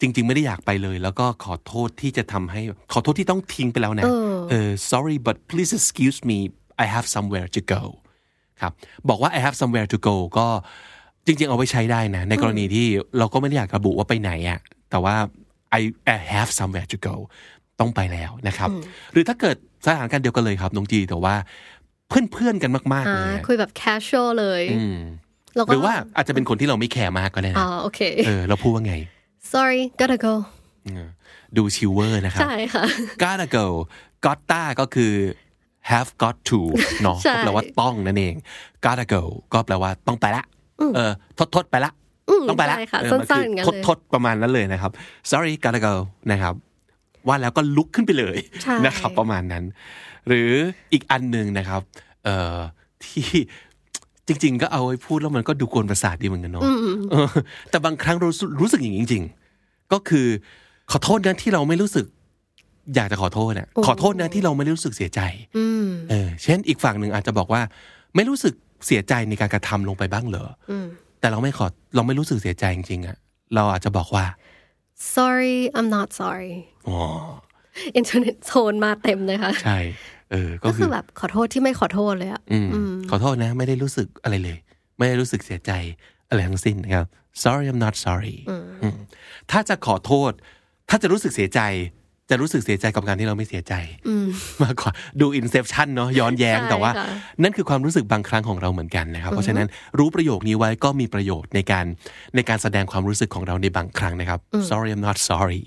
B: จริง ๆ ไม่ได้อยากไปเลย แล้วก็ขอโทษที่จะทำให้ขอโทษที่ต้องทิ้งไปแล้วนะเออ sorry but please excuse me I have somewhere to go ครับบอกว่า I have somewhere to go ก็จริง ๆ เอาไว้ใช้ได้นะ ในกรณีที่เราก็ไม่ได้อยากระบุว่าไปไหนอะแต่ว่า I, I have somewhere to go ต้องไปแล้วนะครับ หรือถ้าเกิดสถานการณ์เดียวกันเลยครับน้องจีแต่ว่าเพื่อนๆกันมากๆ
C: อ่า
B: เลยอะ
C: คุยแบบ casual เลยแล้วก็
B: หรือว่าอาจจะเป็นคนที่เราไม่แคร์มากก็ได้
C: อ๋
B: นะ
C: อโอเค
B: เออเราพูดว่าไง
C: Sorry gotta go
B: ดูชิวเวอร์นะครับ
C: ใช่ค่ะ
B: gotta go gotta ก็คือ have got to เนาะ
C: ใช่
B: ก็แปลว่าต้องนั่นเอง gotta go ก็แปลว่าต้องไปละเออทดทดๆไปละต้องไปละ
C: ใช่ค่ะ
B: เออ
C: สั้
B: มัน
C: นๆอย่างนั้น
B: ท
C: เล
B: ด
C: ย
B: ทดๆประมาณนั้นเลยนะครับ sorry gotta go นะครับ ว่าแล้วก็ลุกขึ้นไปเลย
C: ใช่
B: นะครับประมาณนั้น หรืออีกอันหนึ่งนะครับเอ่อที่ จริง ๆ ก็เอาไว้พูดแล้วมันก็ดูกวนประสาทดีเหมือนกันเนาะเออแต่บางครั้งรู้สึกรู้สึกอย่างนี้จริง ๆ ก็คือขอโทษนะที่เราไม่รู้สึก อยากจะขอโทษนะขอโทษนะที่เราไม่ได้รู้สึกเสียใจ
C: อืม
B: เออเช่นอีกฝั่งหนึ่งอาจจะบอกว่า ไม่รู้สึกเสียใจในการกระทำลงไปบ้างเหรออ
C: ม
B: แต่เราไม่ขอเราไม่รู้สึกเสียใจจริงๆอะเราอาจจะบอกว่า
C: sorry I'm not sorry
B: อ๋อ
C: อินเทอร์เน็ตโซนมาเต็มเลยค่ะ
B: ใช่เออก็
C: ก็
B: คื
C: คือ อแบบขอโทษที่ไม่ขอโทษเลยอะ
B: อืมขอโทษนะ ไม่ได้รู้สึกอะไรเลย ไม่ได้รู้สึกเสียใจอะไรทั้งสิ้นนะครับ sorry I'm not sorry อืมถ้าจะขอโทษ ถ้าจะรู้สึกเสียใจ จะรู้สึกเสียใจกับการที่เราไม่เสียใจมากกว่าดู inception เนาะย้อนแย้งแต่ว่า
C: ใช่ค่ะ
B: นั่นคือความรู้สึกบางครั้งของเราเหมือนกันนะครับ เพราะฉะนั้นรู้ประโยคนี้ไว้ก็มีประโยชน์ในการในการแสดงความรู้สึกของเราในบางครั้งนะครับ sorry I'm not sorry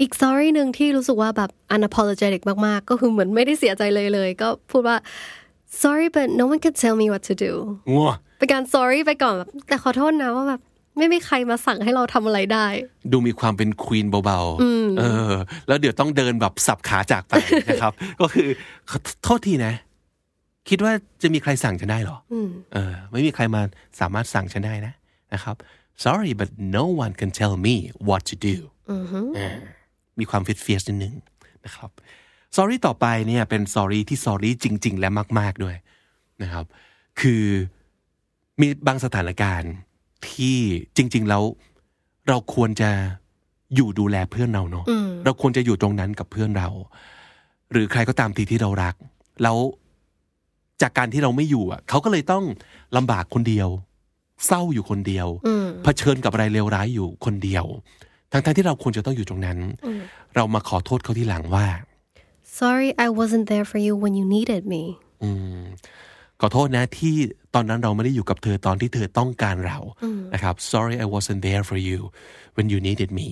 C: อีก sorry หนึ่งที่รู้สึกว่าแบบ unapologetic มากๆ ก็คือเหมือนไม่ได้เสียใจเลยเลย ก็พูดว่า sorry but no one can tell me what to do
B: งัว
C: เป็นการ sorry ไปก่อนแบบแต่ขอโทษนะว่าแบบ ไม่มีใครมาสั่งให้เราทำอะไรได้
B: ดูมีความเป็นควีนเบาๆเออ แล้วเดี๋ยวต้องเดินแบบสับขาจากไปนะครับ ก็คือขอโทษทีนะ คิดว่าจะมีใครสั่งฉันได้เหรออเออ ไม่มีใครมาสามารถสั่งฉันได้นะนะครับ sorry but no one can tell me what to do เออมีความฟิตเฟียสนิดนึงนะครับ sorry ต่อไปเนี่ยเป็น sorry ที่ sorry จริง ๆ และมาก ๆ ด้วยนะครับ คือมีบางสถานการณ์ที่จริง ๆ แล้ว เราควรจะอยู่ดูแลเพื่อนเราเนาะเราควรจะอยู่ตรงนั้นกับเพื่อนเรา หรือใครก็ตามทีที่เรารัก แล้วจากการที่เราไม่อยู่อ่ะเขาก็เลยต้องลำบากคนเดียว เศร้าอยู่คนเดียวเผชิญกับอะไรเลวร้ายอยู่คนเดียว ทั้งๆที่เราควรจะต้องอยู่ตรงนั้น เรามาขอโทษเขาที่หลังว่า
C: sorry I wasn't there for you when you needed me
B: อืมขอโทษนะที่ตอนนั้นเราไม่ได้อยู่กับเธอตอนที่เธอต้องการเรานะครับ sorry I wasn't there for you when you needed me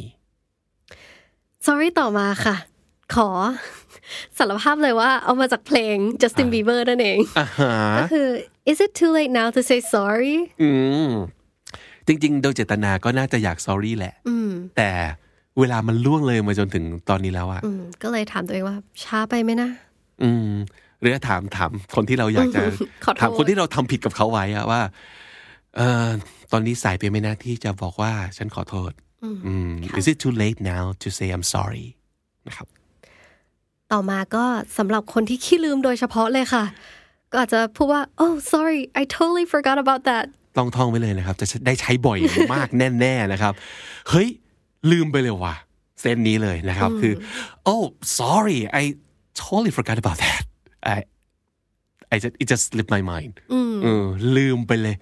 C: sorry ต่อมาค่ะ ขอ สารภาพเลยว่าเอามาจากเพลง Justin Bieber นั่นเองก็คือ is it too late now to say sorry
B: อืมจริงๆ โดยเจตนาก็น่าจะอยาก sorry แหละแต่เวลามันล่วงเลยมาจนถึงตอนนี้แล้วอะ
C: อืมก็เลยถามตัวเองว่าช้าไปไหมนะ
B: อืมหรือถามถามคนที่เราอ ยากจะ
C: ขอโทษ
B: ถามคนที่เราทำผิดกับเขาไว้อะว่า เออตอนนี้สายไปไหมนะที่จะบอกว่าฉันขอโทษ อืม is it too late now to say I'm sorry นะครับ
C: ต่อมาก็สำหรับคนที่ขี้ลืมโดยเฉพาะเลยค่ะ ก็อาจจะพูดว่า oh sorry I totally forgot about that
B: ต้องท่องไว้เลยนะครับ จะได้ใช้บ่อยมาก แน่ ๆ นะครับ เฮ้ย ลืมไปเลยว่ะเส้นนี้เลยนะครับ คือ oh sorry I totally forgot about that I I just it just slipped my mind เออลืมไปเลย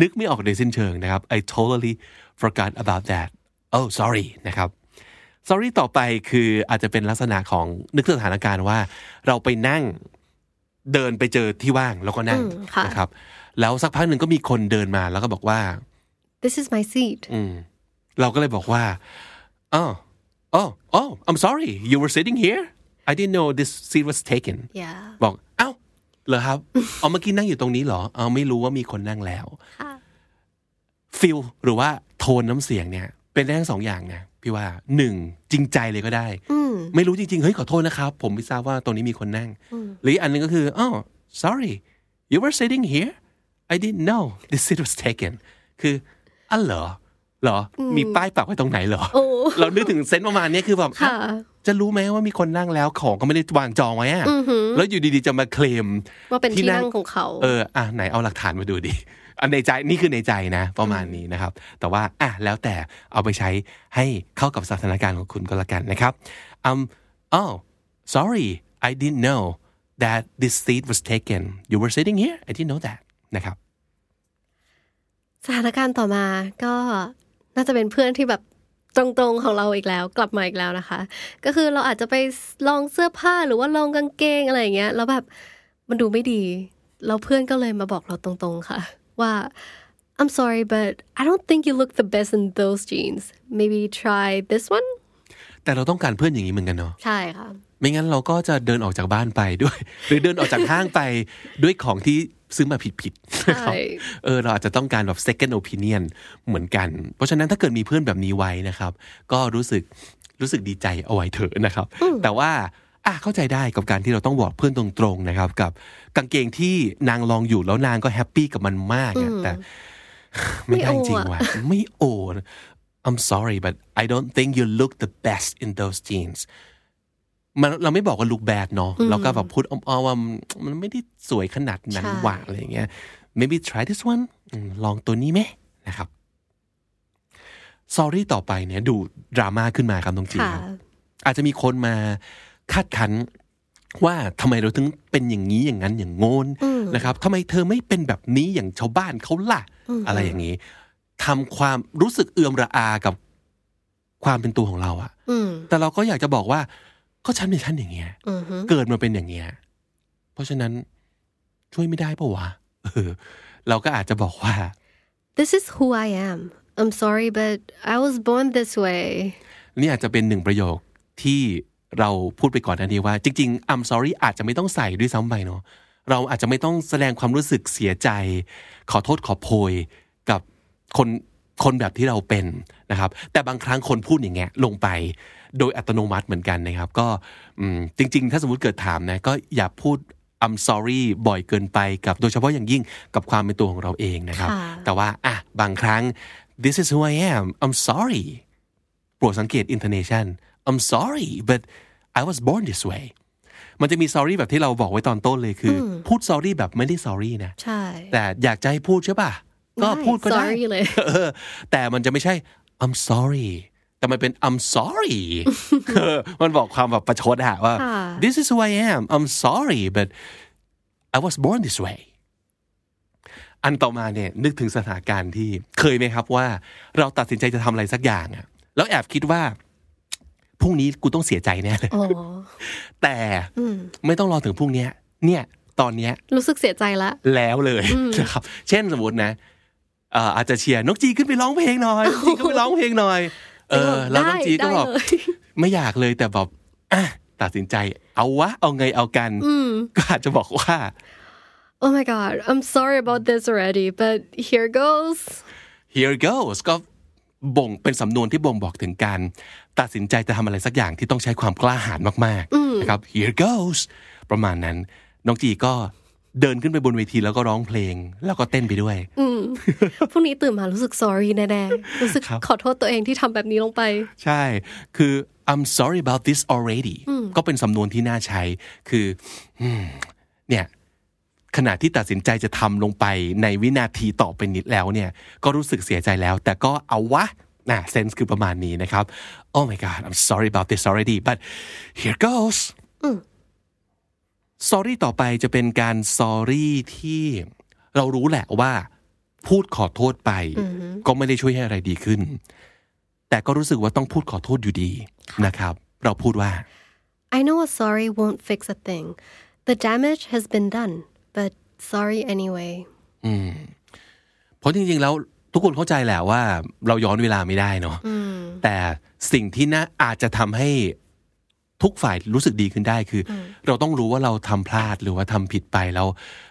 B: นึกไม่ออกโดยสิ้นเชิงนะครับ I totally forgot about that oh sorry นะครับ sorry ต่อไปคืออาจจะเป็นลักษณะของนึกสถานการณ์ว่า เราไปนั่งเดินไปเจอที่ว่างแล้วก็นั่ง
C: อืมค่ะ
B: นะครับ แล้วสักพักหนึ่งก็มีคนเดินมาแล้วก็บอกว่า
C: this is my seat
B: อืมเราก็เลยบอกว่าอ๋ออ๋ออ๋อ I'm sorry you were sitting here I didn't know this seat was taken
C: yeah
B: บอกเอ้าเหรอครับเอาเมื่อกี้นั่งอยู่ตรงนี้เหรอเอาไม่รู้ว่ามีคนนั่งแล้ว
C: ค่ะ
B: ฟิลหรือว่าโทนน้ำเสียงเนี่ย เป็นได้ทั้งสองอย่างนะพี่ว่าหนึ่งจริงใจเลยก็ได้ ไม่รู้จริงๆ เฮ้ยขอโทษนะครับ ผมไม่ทราบว่าตรงนี้มีคนนั่ง หรืออีกอันหนึงก็คืออ๋อ sorry you were sitting here I didn't know this seat was taken คืออ๋อเหรอเหรอ มีป้ายปักไว้ตรงไหนเหรอเรานึกถึงเซนส์ประมาณเนี้ยคือแบบ
C: ค่ะ
B: จะรู้ไหมว่ามีคนนั่งแล้วของก็ไม่ได้วางจองไว้อะแล้วอยู่ดีๆจะมาเคลม
C: ว่าเป็นที่นั่งของเขา
B: เอออ่ะไหนเอาหลักฐานมาดูดิ อันในใจนี่คือในใจนะ ประมาณนี้นะครับ แต่ว่าอ่ะแล้วแต่เอาไปใช้ให้เข้ากับสถานการณ์ของคุณก็แล้วกันนะครับ um oh sorry I didn't know that this seat was taken you were sitting here I didn't know that นะครับ
C: สถานการณ์ต่อมาก็น่าจะเป็นเพื่อนที่แบบตรงๆของเราอีกแล้ว กลับมาอีกแล้วนะคะ ก็คือเราอาจจะไปลองเสื้อผ้าหรือว่าลองกางเกงอะไรอย่างเงี้ยแล้วแบบมันดูไม่ดี แล้วเพื่อนก็เลยมาบอกเราตรงๆค่ะ ว่า I'm sorry but I don't think you look the best in those jeans maybe try this one
B: แต่เราต้องการเพื่อนอย่างนี้เหมือนกันเนาะ
C: ใช่ค่ะ
B: ไม่งั้นเราก็จะเดินออกจากบ้านไปด้วย หรือเดินออกจากห้างไปด้วยของที่ซื้อมาผิดๆนะครับ
C: ใช่
B: เออเราอาจจะต้องการแบบ second opinion เหมือนกัน เพราะฉะนั้นถ้าเกิดมีเพื่อนแบบนี้ไว้นะครับ ก็รู้สึก รู้สึกดีใจเอาไว้เถอะนะครับ แต่ว่าอ่ะเข้าใจได้กับการที่เราต้องบอกเพื่อนตรงๆนะครับ กับกางเกงที่นางลองอยู่แล้วนางก็แฮปปี้กับมันมากอะแต่ ไม่ได้จริงว่ะไม่โอนะ I'm sorry but I don't think you look the best in those jeans มันเราไม่บอกว่า look bad เนาะเราก็แบบพูดอ้อมๆว่ามันไม่ได้สวยขนาดนั้น
C: ใช่
B: หว่าอะไรอย่างเงี้ย maybe try this one อืมลองตัวนี้ไหมนะครับ sorry ต่อไปเนี่ยดูดราม่าขึ้นมาครับน้องจี
C: ค่ะ
B: ครับ อาจจะมีคนมาคาดคั้นว่าทำไมเราถึงเป็นอย่างนี้อย่างนั้นอย่างโงนนะครับทำไมเธอไม่เป็นแบบนี้อย่างชาวบ้านเขาล่ะ อะไรอย่างนี้ทำความรู้สึกเอือมระอากับความเป็นตัวของเราอะ
C: อืม
B: แต่เราก็อยากจะบอกว่า ก็ฉันเป็นฉันอย่างเงี้ย
C: อือฮึ
B: เกิดมาเป็นอย่างเงี้ย เพราะฉะนั้นช่วยไม่ได้ปะวะเออเราก็อาจจะบอกว่า
C: This is who I am. I'm sorry, but I was born this way.
B: นี่อาจจะเป็นหนึ่งประโยคที่เราพูดไปก่อนอันนี้ว่า จริง ๆ I'm sorry อาจจะไม่ต้องใส่ด้วยซ้ำไปเนาะเราอาจจะไม่ต้องแสดงความรู้สึกเสียใจ ขอโทษขอโพยกับคนคนแบบที่เราเป็นนะครับ แต่บางครั้งคนพูดอย่างเงี้ยลงไปโดยอัตโนมัติเหมือนกันนะครับ ก็อืมจริง ๆ ถ้าสมมติเกิดถามนะก็อย่าพูด I'm sorry บ่อยเกินไปกับโดยเฉพาะอย่างยิ่งกับความเป็นตัวของเราเองนะครับ
C: ค่ะ
B: แต่ว่าอ่ะบางครั้ง this is who I am I'm sorry โปรดสังเกต intonation I'm sorry but I was born this way มันจะมี sorry แบบที่เราบอกไว้ตอนต้นเลยคืออพูด sorry แบบไม่ได้ sorry นะ
C: ใช่
B: แต่อยากจะให้พูดใช่ป่ะ ก็พูดก็ได้
C: ได้ Sorry เลย
B: เออแต่มันจะไม่ใช่ I'm sorry แต่มันเป็น I'm sorry เออมันบอกความแบบประชดอะว่า
C: ค่ะ
B: this is who I am I'm sorry but I was born this way อันต่อมาเนี่ยนึกถึงสถานการณ์ที่เคยไหมครับว่า เราตัดสินใจจะทำอะไรสักอย่างอะแล้วแอบคิดว่าพรุ่งนี้กูต้องเสียใจแน่เลย
C: อ๋อ
B: แต่ไม่ต้องรอถึงพรุ่งเนี้ย เนี่ย ตอนเนี้ย
C: รู้สึกเสียใจละ
B: แล้วเลยนะครับ เช่นสมมตินะเอ่ออาจจะเชียร์นกจีขึ้นไปร้องเพลงหน่ อยนกจีขึ้นไปร้องเพลงหน่อย เออ แล้วนกจีก็บอก
C: ได้เลย
B: ไม่อยากเลยแต่แบบอ่ะตัดสินใจ เอาวะ เอาไงเอากัน ก็อาจจะบอกว่า
C: Oh my god I'm sorry about this already but here goes
B: here goes ก็บ่งเป็นสำนวนที่บ่งบอกถึงการตัดสินใจจะทำอะไรสักอย่างที่ต้องใช้ความกล้าหาญมากๆนะครับ here goes ประมาณนั้น น้องจีก็เดินขึ้นไปบนเวทีแล้วก็ร้องเพลง แล้วก็เต้นไปด้วย
C: พรุ่งนี้ตื่นมารู้สึก sorry แน่ๆรู้สึก
B: ครับ
C: ขอโทษตัวเองที่ทำแบบนี้ลงไป
B: ใช่ คือ I'm sorry about this already ก็เป็นสำนวนที่น่าใช้ คืออืมเนี่ย ขณะที่ตัดสินใจจะทำลงไปในวินาทีต่อไปนิดแล้วเนี่ย ก็รู้สึกเสียใจแล้ว แต่ก็เอาวะนะเซนส์คือประมาณนี้นะครับ Oh my god I'm sorry about this already but here goes sorry ต่อไปจะเป็นการ sorry ที่เรารู้แหละว่า พูดขอโทษไป ก็ไม่ได้ช่วยให้อะไรดีขึ้น แต่ก็รู้สึกว่าต้องพูดขอโทษอยู่ดีนะครับ เราพูดว่า
C: I know a sorry won't fix a thing the damage has been done but sorry anyway
B: เพราะจริงๆ แล้วทุกคนเข้าใจแหละว่า เราย้อนเวลาไม่ได้เนาะแต่สิ่งที่น่าอาจจะทำให้ทุกฝ่ายรู้สึกดีขึ้นได้คืออเราต้องรู้ว่าเราทำพลาดหรือว่าทำผิดไปแล้ว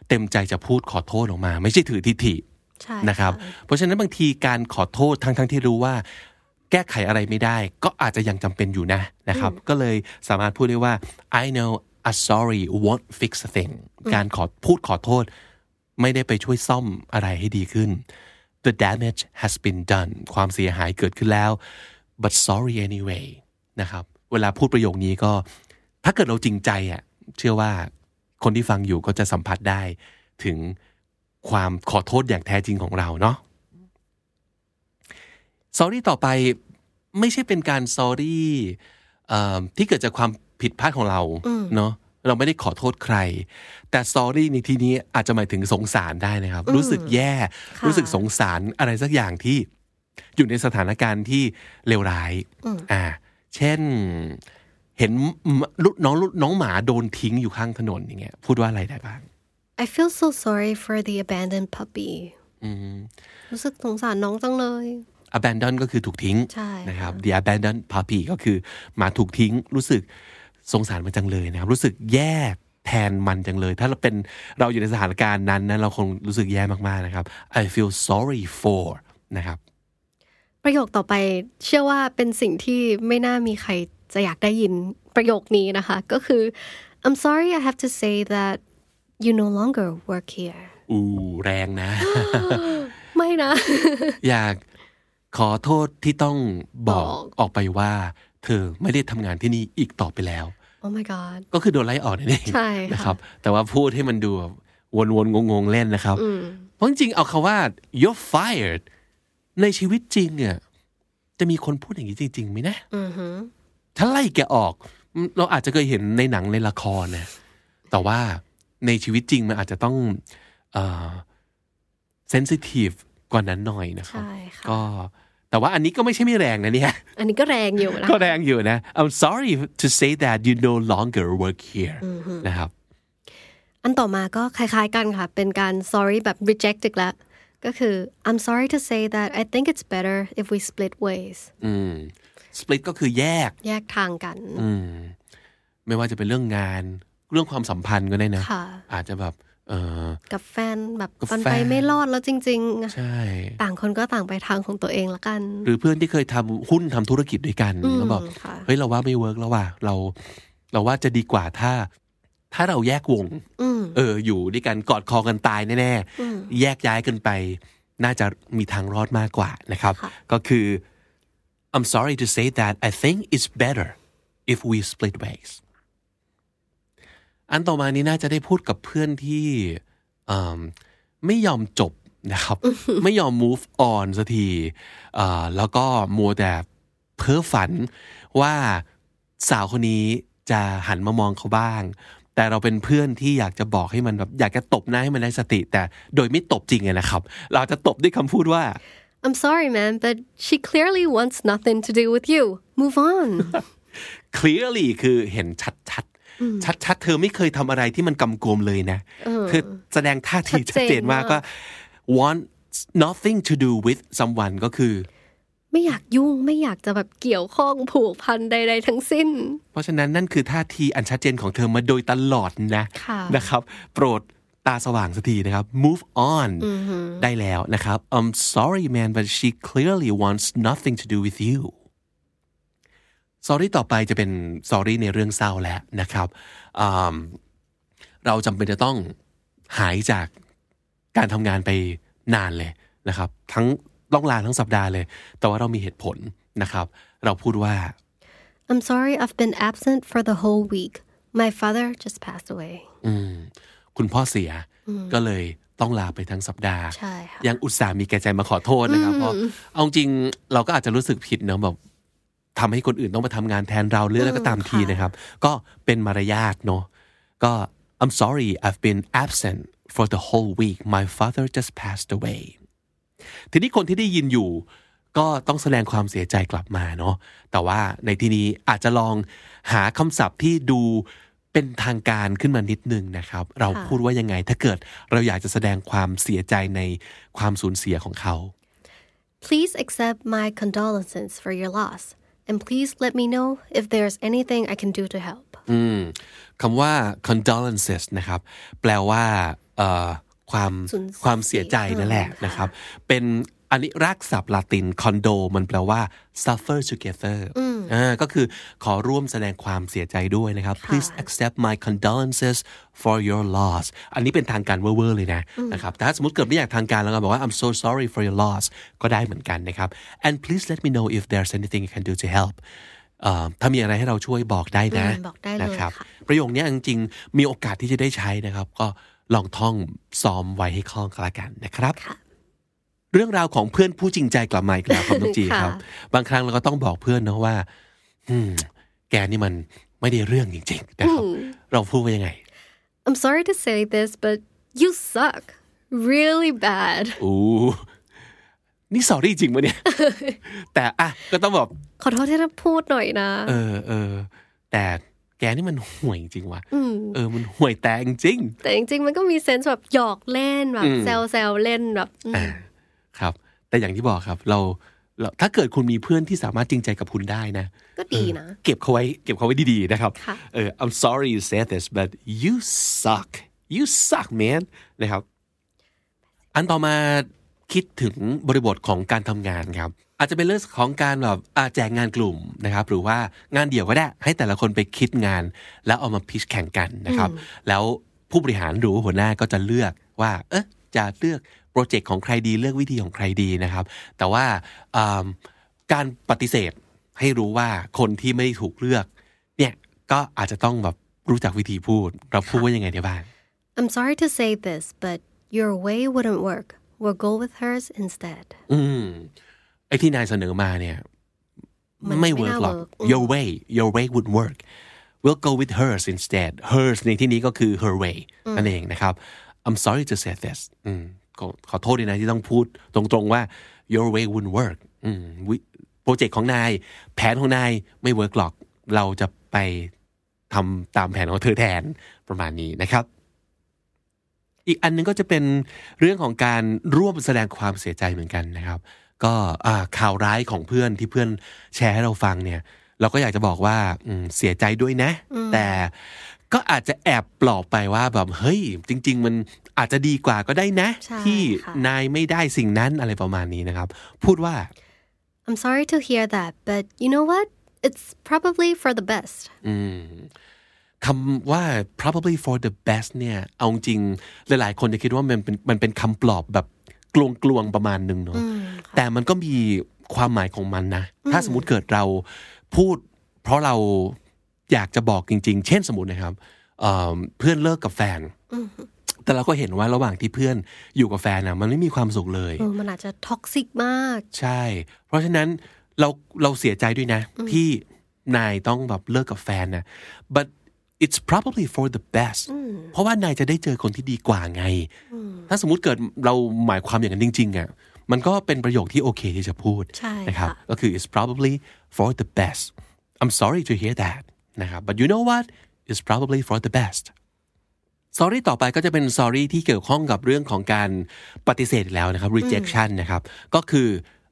B: เต็มใจจะพูดขอโทษออกมา ไม่ใช่ถือทิฐิ
C: ใช่
B: นะครับ เพราะฉะนั้นบางทีการขอโทษทั้งๆที่รู้ว่า แก้ไขอะไรไม่ได้ ก็อาจจะยังจำเป็นอยู่นะนะครับ ก็เลยสามารถพูดได้ว่า I know a sorry won't fix a thing การขอพูดขอโทษ ไม่ได้ไปช่วยซ่อมอะไรให้ดีขึ้น The damage has been done ความเสียหายเกิดขึ้นแล้ว but sorry anyway นะครับ เวลาพูดประโยคนี้ก็ ถ้าเกิดเราจริงใจอ่ะ เชื่อว่าคนที่ฟังอยู่ก็จะสัมผัสได้ถึงความขอโทษอย่างแท้จริงของเราเนาะ sorry ต่อไปไม่ใช่เป็นการ sorry เอ่อที่เกิดจากความผิดพลาดของเราเนาะเราไม่ได้ขอโทษใคร แต่ sorry ในที่นี้อาจจะหมายถึงสงสารได้นะครับ รู้สึกแย่ รู้สึกสงสารอะไรสักอย่างที่อยู่ในสถานการณ์ที่เลวร้ายอ่า เช่น เห็นลูกน้องลูกน้องหมาโดนทิ้งอยู่ข้างถนนอย่างเงี้ยพูดว่าอะไรได้บ้าง
C: I feel so sorry for the abandoned puppy รู้สึกสงสารน้องจังเลย
B: abandon ก็คือถูกทิ้ง
C: ใช่
B: นะครับ the abandon puppy ก็คือหมาถูกทิ้ง รู้สึกสงสารมันจังเลยนะครับ รู้สึกแย่แทนมันจังเลย ถ้าเราเป็นเราอยู่ในสถานการณ์นั้นนะเราคงรู้สึกแย่มากๆนะครับ I feel sorry for นะครับ
C: ประโยคต่อไปเชื่อว่าเป็นสิ่งที่ไม่น่ามีใครจะอยากได้ยินประโยคนี้นะคะ ก็คือ I'm sorry I have to say that you no longer work here
B: อูแรง นะ
C: ไม่นะ
B: อยากขอโทษที่ต้องบอก
C: บอก
B: ออกไปว่า เธอไม่ได้ทำงานที่นี่อีกต่อไปแล้ว
C: Oh my god
B: ก็คือโดนไล่ออกนั่นเอง
C: ใช่ค่ะ
B: นะครับ แต่ว่าพูดให้มันดูแบบวนๆงงๆเล่นนะครับ เพราะจริงๆเอาคาว่า you're fired ในชีวิตจริงอ่ะจะมีคนพูดอย่างนี้จริงๆไหมนะ
C: อือหือ
B: ถ้าไล่แกออกอืมเราอาจจะเคยเห็นในหนังในละครนะแต่ว่าในชีวิตจริงมันอาจจะต้องเซนซิทีฟกว่านั้นหน่อยนะครับ
C: ใช่ค่ะ
B: ก็แต่ว่าอันนี้ก็ไม่ใช่ไม่แรงนะเนี่ย
C: อันนี้ก็แรงอยู่นะ
B: ก็แรงอยู่นะ I'm sorry to say that you no longer work here นะครับ
C: อันต่อมาก็คล้ายๆกันค่ะ เป็นการ sorry แบบ reject อีกแล้วก็คือ I'm sorry to say that I think it's better if we split ways
B: อืม split ก็คือแยก
C: แยกทางกัน
B: อืม ไม่ว่าจะเป็นเรื่องงาน เรื่องความสัมพันธ์ก็ได้นะ
C: ค่ะ
B: อาจจะแบบ เออ
C: กับแฟนแบบ
B: กับ
C: ฟัน
B: แฟน
C: ไปไม่รอดแล้วจริง
B: ใช่
C: ๆ ต่างคนก็ต่างไปทางของตัวเองละกัน
B: หรือเพื่อนที่เคยทำหุ้นทำธุรกิจด้วยกัน
C: อืม
B: แล้วบอก
C: ค่ะ
B: เฮ้ยเราว่าไม่เวิร์กแล้วว่ะเรา เราว่าจะดีกว่าถ้า ถ้าเราแยกวง
C: อืม
B: เออ อยู่ด้วยกันกอดคอกันตายแน่ๆแยกย้ายกันไป น่าจะมีทางรอดมากกว่านะครับ
C: ค่ะ
B: ก็คือ I'm sorry to say that I think it's better if we split ways อันต่อมานี้น่าจะได้พูดกับเพื่อนที่อืมไม่ยอมจบนะครับ ไม่ยอม move on สักทีเอ่อแล้วก็มัวแต่เพ้อฝันว่าสาวคนนี้จะหันมามองเขาบ้าง แต่เราเป็นเพื่อนที่อยากจะบอกให้มันแบบอยากจะตบหน้าให้มันได้สติ แต่โดยไม่ตบจริงอะนะครับ เราจะตบด้วยคำพูดว่า
C: I'm sorry man but she clearly wants nothing to do with you move on
B: clearly คือเห็นชัดชัดๆชัดชัดๆเธอไม่เคยทำอะไรที่มันกำกวมเลยนะ เธอแสดงท่าที
C: ชั
B: ชัด
C: ด
B: เจ
C: เจ
B: นมาม
C: นาก ก
B: ว่า want nothing to do with someone ก็คือ
C: ไม่อยากยุ่งไม่อยากจะแบบเกี่ยวข้องผูกพันใดๆทั้งสิ้น
B: เพราะฉะนั้นนั่นคือท่าทีอันชัดเจนของเธอมาโดยตลอดนะ
C: ค่ะ
B: นะครับ โปรดตาสว่างสักทีนะครับ move on ได้แล้วนะครับ I'm sorry man but she clearly wants nothing to do with you sorry ต่อไปจะเป็น sorry ในเรื่องเศร้าแล้วนะครับอืมเราจำเป็นจะต้องหายจากการทำงานไปนานเลยนะครับ ทั้งต้องลาทั้งสัปดาห์เลย แต่ว่าเรามีเหตุผลนะครับ เราพูดว่า
C: I'm sorry I've been absent for the whole week my father just passed away
B: อืมคุณพ่อเสียก็เลยต้องลาไปทั้งสัปดาห์
C: ใช่ค่ะ
B: ยังอุตส่าห์มีแก่ใจมาขอโทษนะครับ เพราะเอาจริงเราก็อาจจะรู้สึกผิดเนอะแบบทำให้คนอื่นต้องมาทำงานแทนเราหรืออะไรก็ตามทีนะครับ ก็เป็นมารยาทเนอะก็ I'm sorry I've been absent for the whole week my father just passed away ทีนี้คนที่ได้ยินอยู่ ก็ต้องแสดงความเสียใจกลับมาเนาะแต่ว่าในที่นี้อาจจะลองหาคำศัพท์ที่ดูเป็นทางการขึ้นมานิดนึงนะครับ เราพูดว่ายังไงถ้าเกิดเราอยากจะแสดงความเสียใจในความสูญเสียของเขา
C: Please accept my condolences for your loss and please let me know if there's anything I can do to help
B: อืมคำว่า condolences นะครับ แปลว่าเอ่อความ
C: สูญเสีย
B: ความเสียใจนั่นแหละ
C: อืมค่ะ
B: นะครับ เป็นอันนี้รากศัพท์ลาติน condo มันแปลว่า suffer together อ่าก็คือขอร่วมแสดงความเสียใจด้วยนะครับ please accept my condolences for your loss อันนี้เป็นทางการเวอร์ๆเลยนะนะครับแต่ถ้าสมมติเกิดไม่อยากทางการแล้วก็บอกว่า I'm so sorry for your loss ก็ได้เหมือนกันนะครับ and please let me know if there's anything I can do to help เอ่อถ้ามีอะไรให้เราช่วยบอกได้นะ
C: อืมบอกได้เลย
B: นะครับ
C: ค่ะ
B: ประโยคเนี้ยจริงๆ มีโอกาสที่จะได้ใช้นะครับ ก็ลองท่องซ้อมไว้ให้คล่องก็แล้วกันนะครับ เรื่องราวของเพื่อนผู้จริงใจกลับมาอีกแล้วครับน้องจี
C: ค่ะ
B: ครับ บางครั้งเราก็ต้องบอกเพื่อนนะว่าอืมแกนี่มันไม่ได้เรื่องจริงๆนะครับเราพูดว่ายังไง
C: I'm sorry to say this but you suck really bad
B: อู้นี่สอรี่จริงปะ เนี่ย แต่อ่ะก็ต้องบอก
C: ขอโทษที่ต้องพูดหน่อยนะ
B: เออเออแต่แกนี่มันห่วยจริงว่ะเออมันห่วยแต่จริง
C: แต่จริงๆ มันก็มีเซนส์แบบหยอกเล่นแบบแซวแซวๆเล่นแบบอืม
B: อ่าครับ แต่อย่างที่บอกครับเราเราถ้าเกิดคุณมีเพื่อนที่สามารถจริงใจกับคุณได้นะ
C: ก็ดีนะ
B: เออเก็บเขาไว้เก็บเขาไว้ดีๆนะครับ
C: ค่ะ
B: เออ I'm sorry you said this but you suck you suck man นะครับ อันต่อมาคิดถึงบริบทของการทำงานครับ อาจจะเป็นเรื่องของการแบบอ่าแจกงานกลุ่มนะครับ หรือว่างานเดี่ยวก็ได้ ให้แต่ละคนไปคิดงาน แล้วเอามาพิชแข่งกันนะครับ แล้วผู้บริหารหรือว่าหัวหน้าก็จะเลือกว่า เอ๊ะจะเลือกโปรเจกต์ของใครดีเลือกวิธีของใครดีนะครับ แต่ว่าอ่าการปฏิเสธให้รู้ว่าคนที่ไม่ถูกเลือก เนี่ยก็อาจจะต้องแบบรู้จักวิธีพูดเราพูดว่ายังไงได้บ้าง
C: I'm sorry to say this, but your way wouldn't work. We'll go with hers instead.
B: อืมไอ้ที่นายเสนอมาเนี่ย
C: มัน
B: ไม่
C: ไม่
B: เวิร์ก
C: น่า
B: หรอก
C: work
B: your way your way would work we'll go with hers instead hers ในที่นี้ก็คือ her way นั่นเองนะครับ I'm sorry to say this อืมขอขอโทษด้วยนะที่ต้องพูดตรงๆว่า your way wouldn't work อืมวิโปรเจกต์ของนาย แผนของนายไม่เวิร์กหรอก เราจะไปทำตามแผนของเธอแทนประมาณนี้นะครับ อีกอันหนึงก็จะเป็นเรื่องของการร่วมแสดงความเสียใจเหมือนกันนะครับ ก็อ่าข่าวร้ายของเพื่อนที่เพื่อนแชร์ให้เราฟังเนี่ย เราก็อยากจะบอกว่าอืมเสียใจด้วยนะ แต่ก็อาจจะแอบปลอบไปว่าแบบเฮ้ย จริง ๆ มันอาจจะดีกว่าก็ได้นะ
C: ใช่
B: ที่
C: ค่ะ
B: นายไม่ได้สิ่งนั้นอะไรประมาณนี้นะครับ พูดว่า
C: I'm sorry to hear that, but you know what? It's probably for the best.
B: อืมคำว่า probably for the best เนี่ยเอาจริงหลายๆ คนจะคิดว่ามันเป็นมันเป็นคำปลอบแบบกลวงๆประมาณหนึ่งเนาะแต่มันก็มีความหมายของมันนะ ถ้าสมมติเกิดเราพูด เพราะเราอยากจะบอกจริง ๆ เช่นสมมตินะครับเอิ่มเพื่อนเลิกกับแฟน แต่เราก็เห็นว่าระหว่างที่เพื่อนอยู่กับแฟนนะมันไม่มีความสุขเลย
C: เออมันอาจจะท็อกซิกมาก
B: ใช่ เพราะฉะนั้นเราเราเสียใจด้วยนะ ที่นายต้องแบบเลิกกับแฟนนะ but it's probably for the best เพราะว่านายจะได้เจอคนที่ดีกว่าไง ถ้าสมมุติเกิดเราหมายความอย่างนั้นจริงๆอ่ะมันก็เป็นประโยคที่โอเคที่จะพูด
C: ใช่
B: นะครับ
C: ค่ะ
B: ก็คือ it's probably for the best I'm sorry to hear that นะครับ but you know what it's probably for the best sorry ต่อไปก็จะเป็น sorry ที่เกี่ยวข้องกับเรื่องของการปฏิเสธอีกแล้วนะครับ rejection นะครับ ก็คือ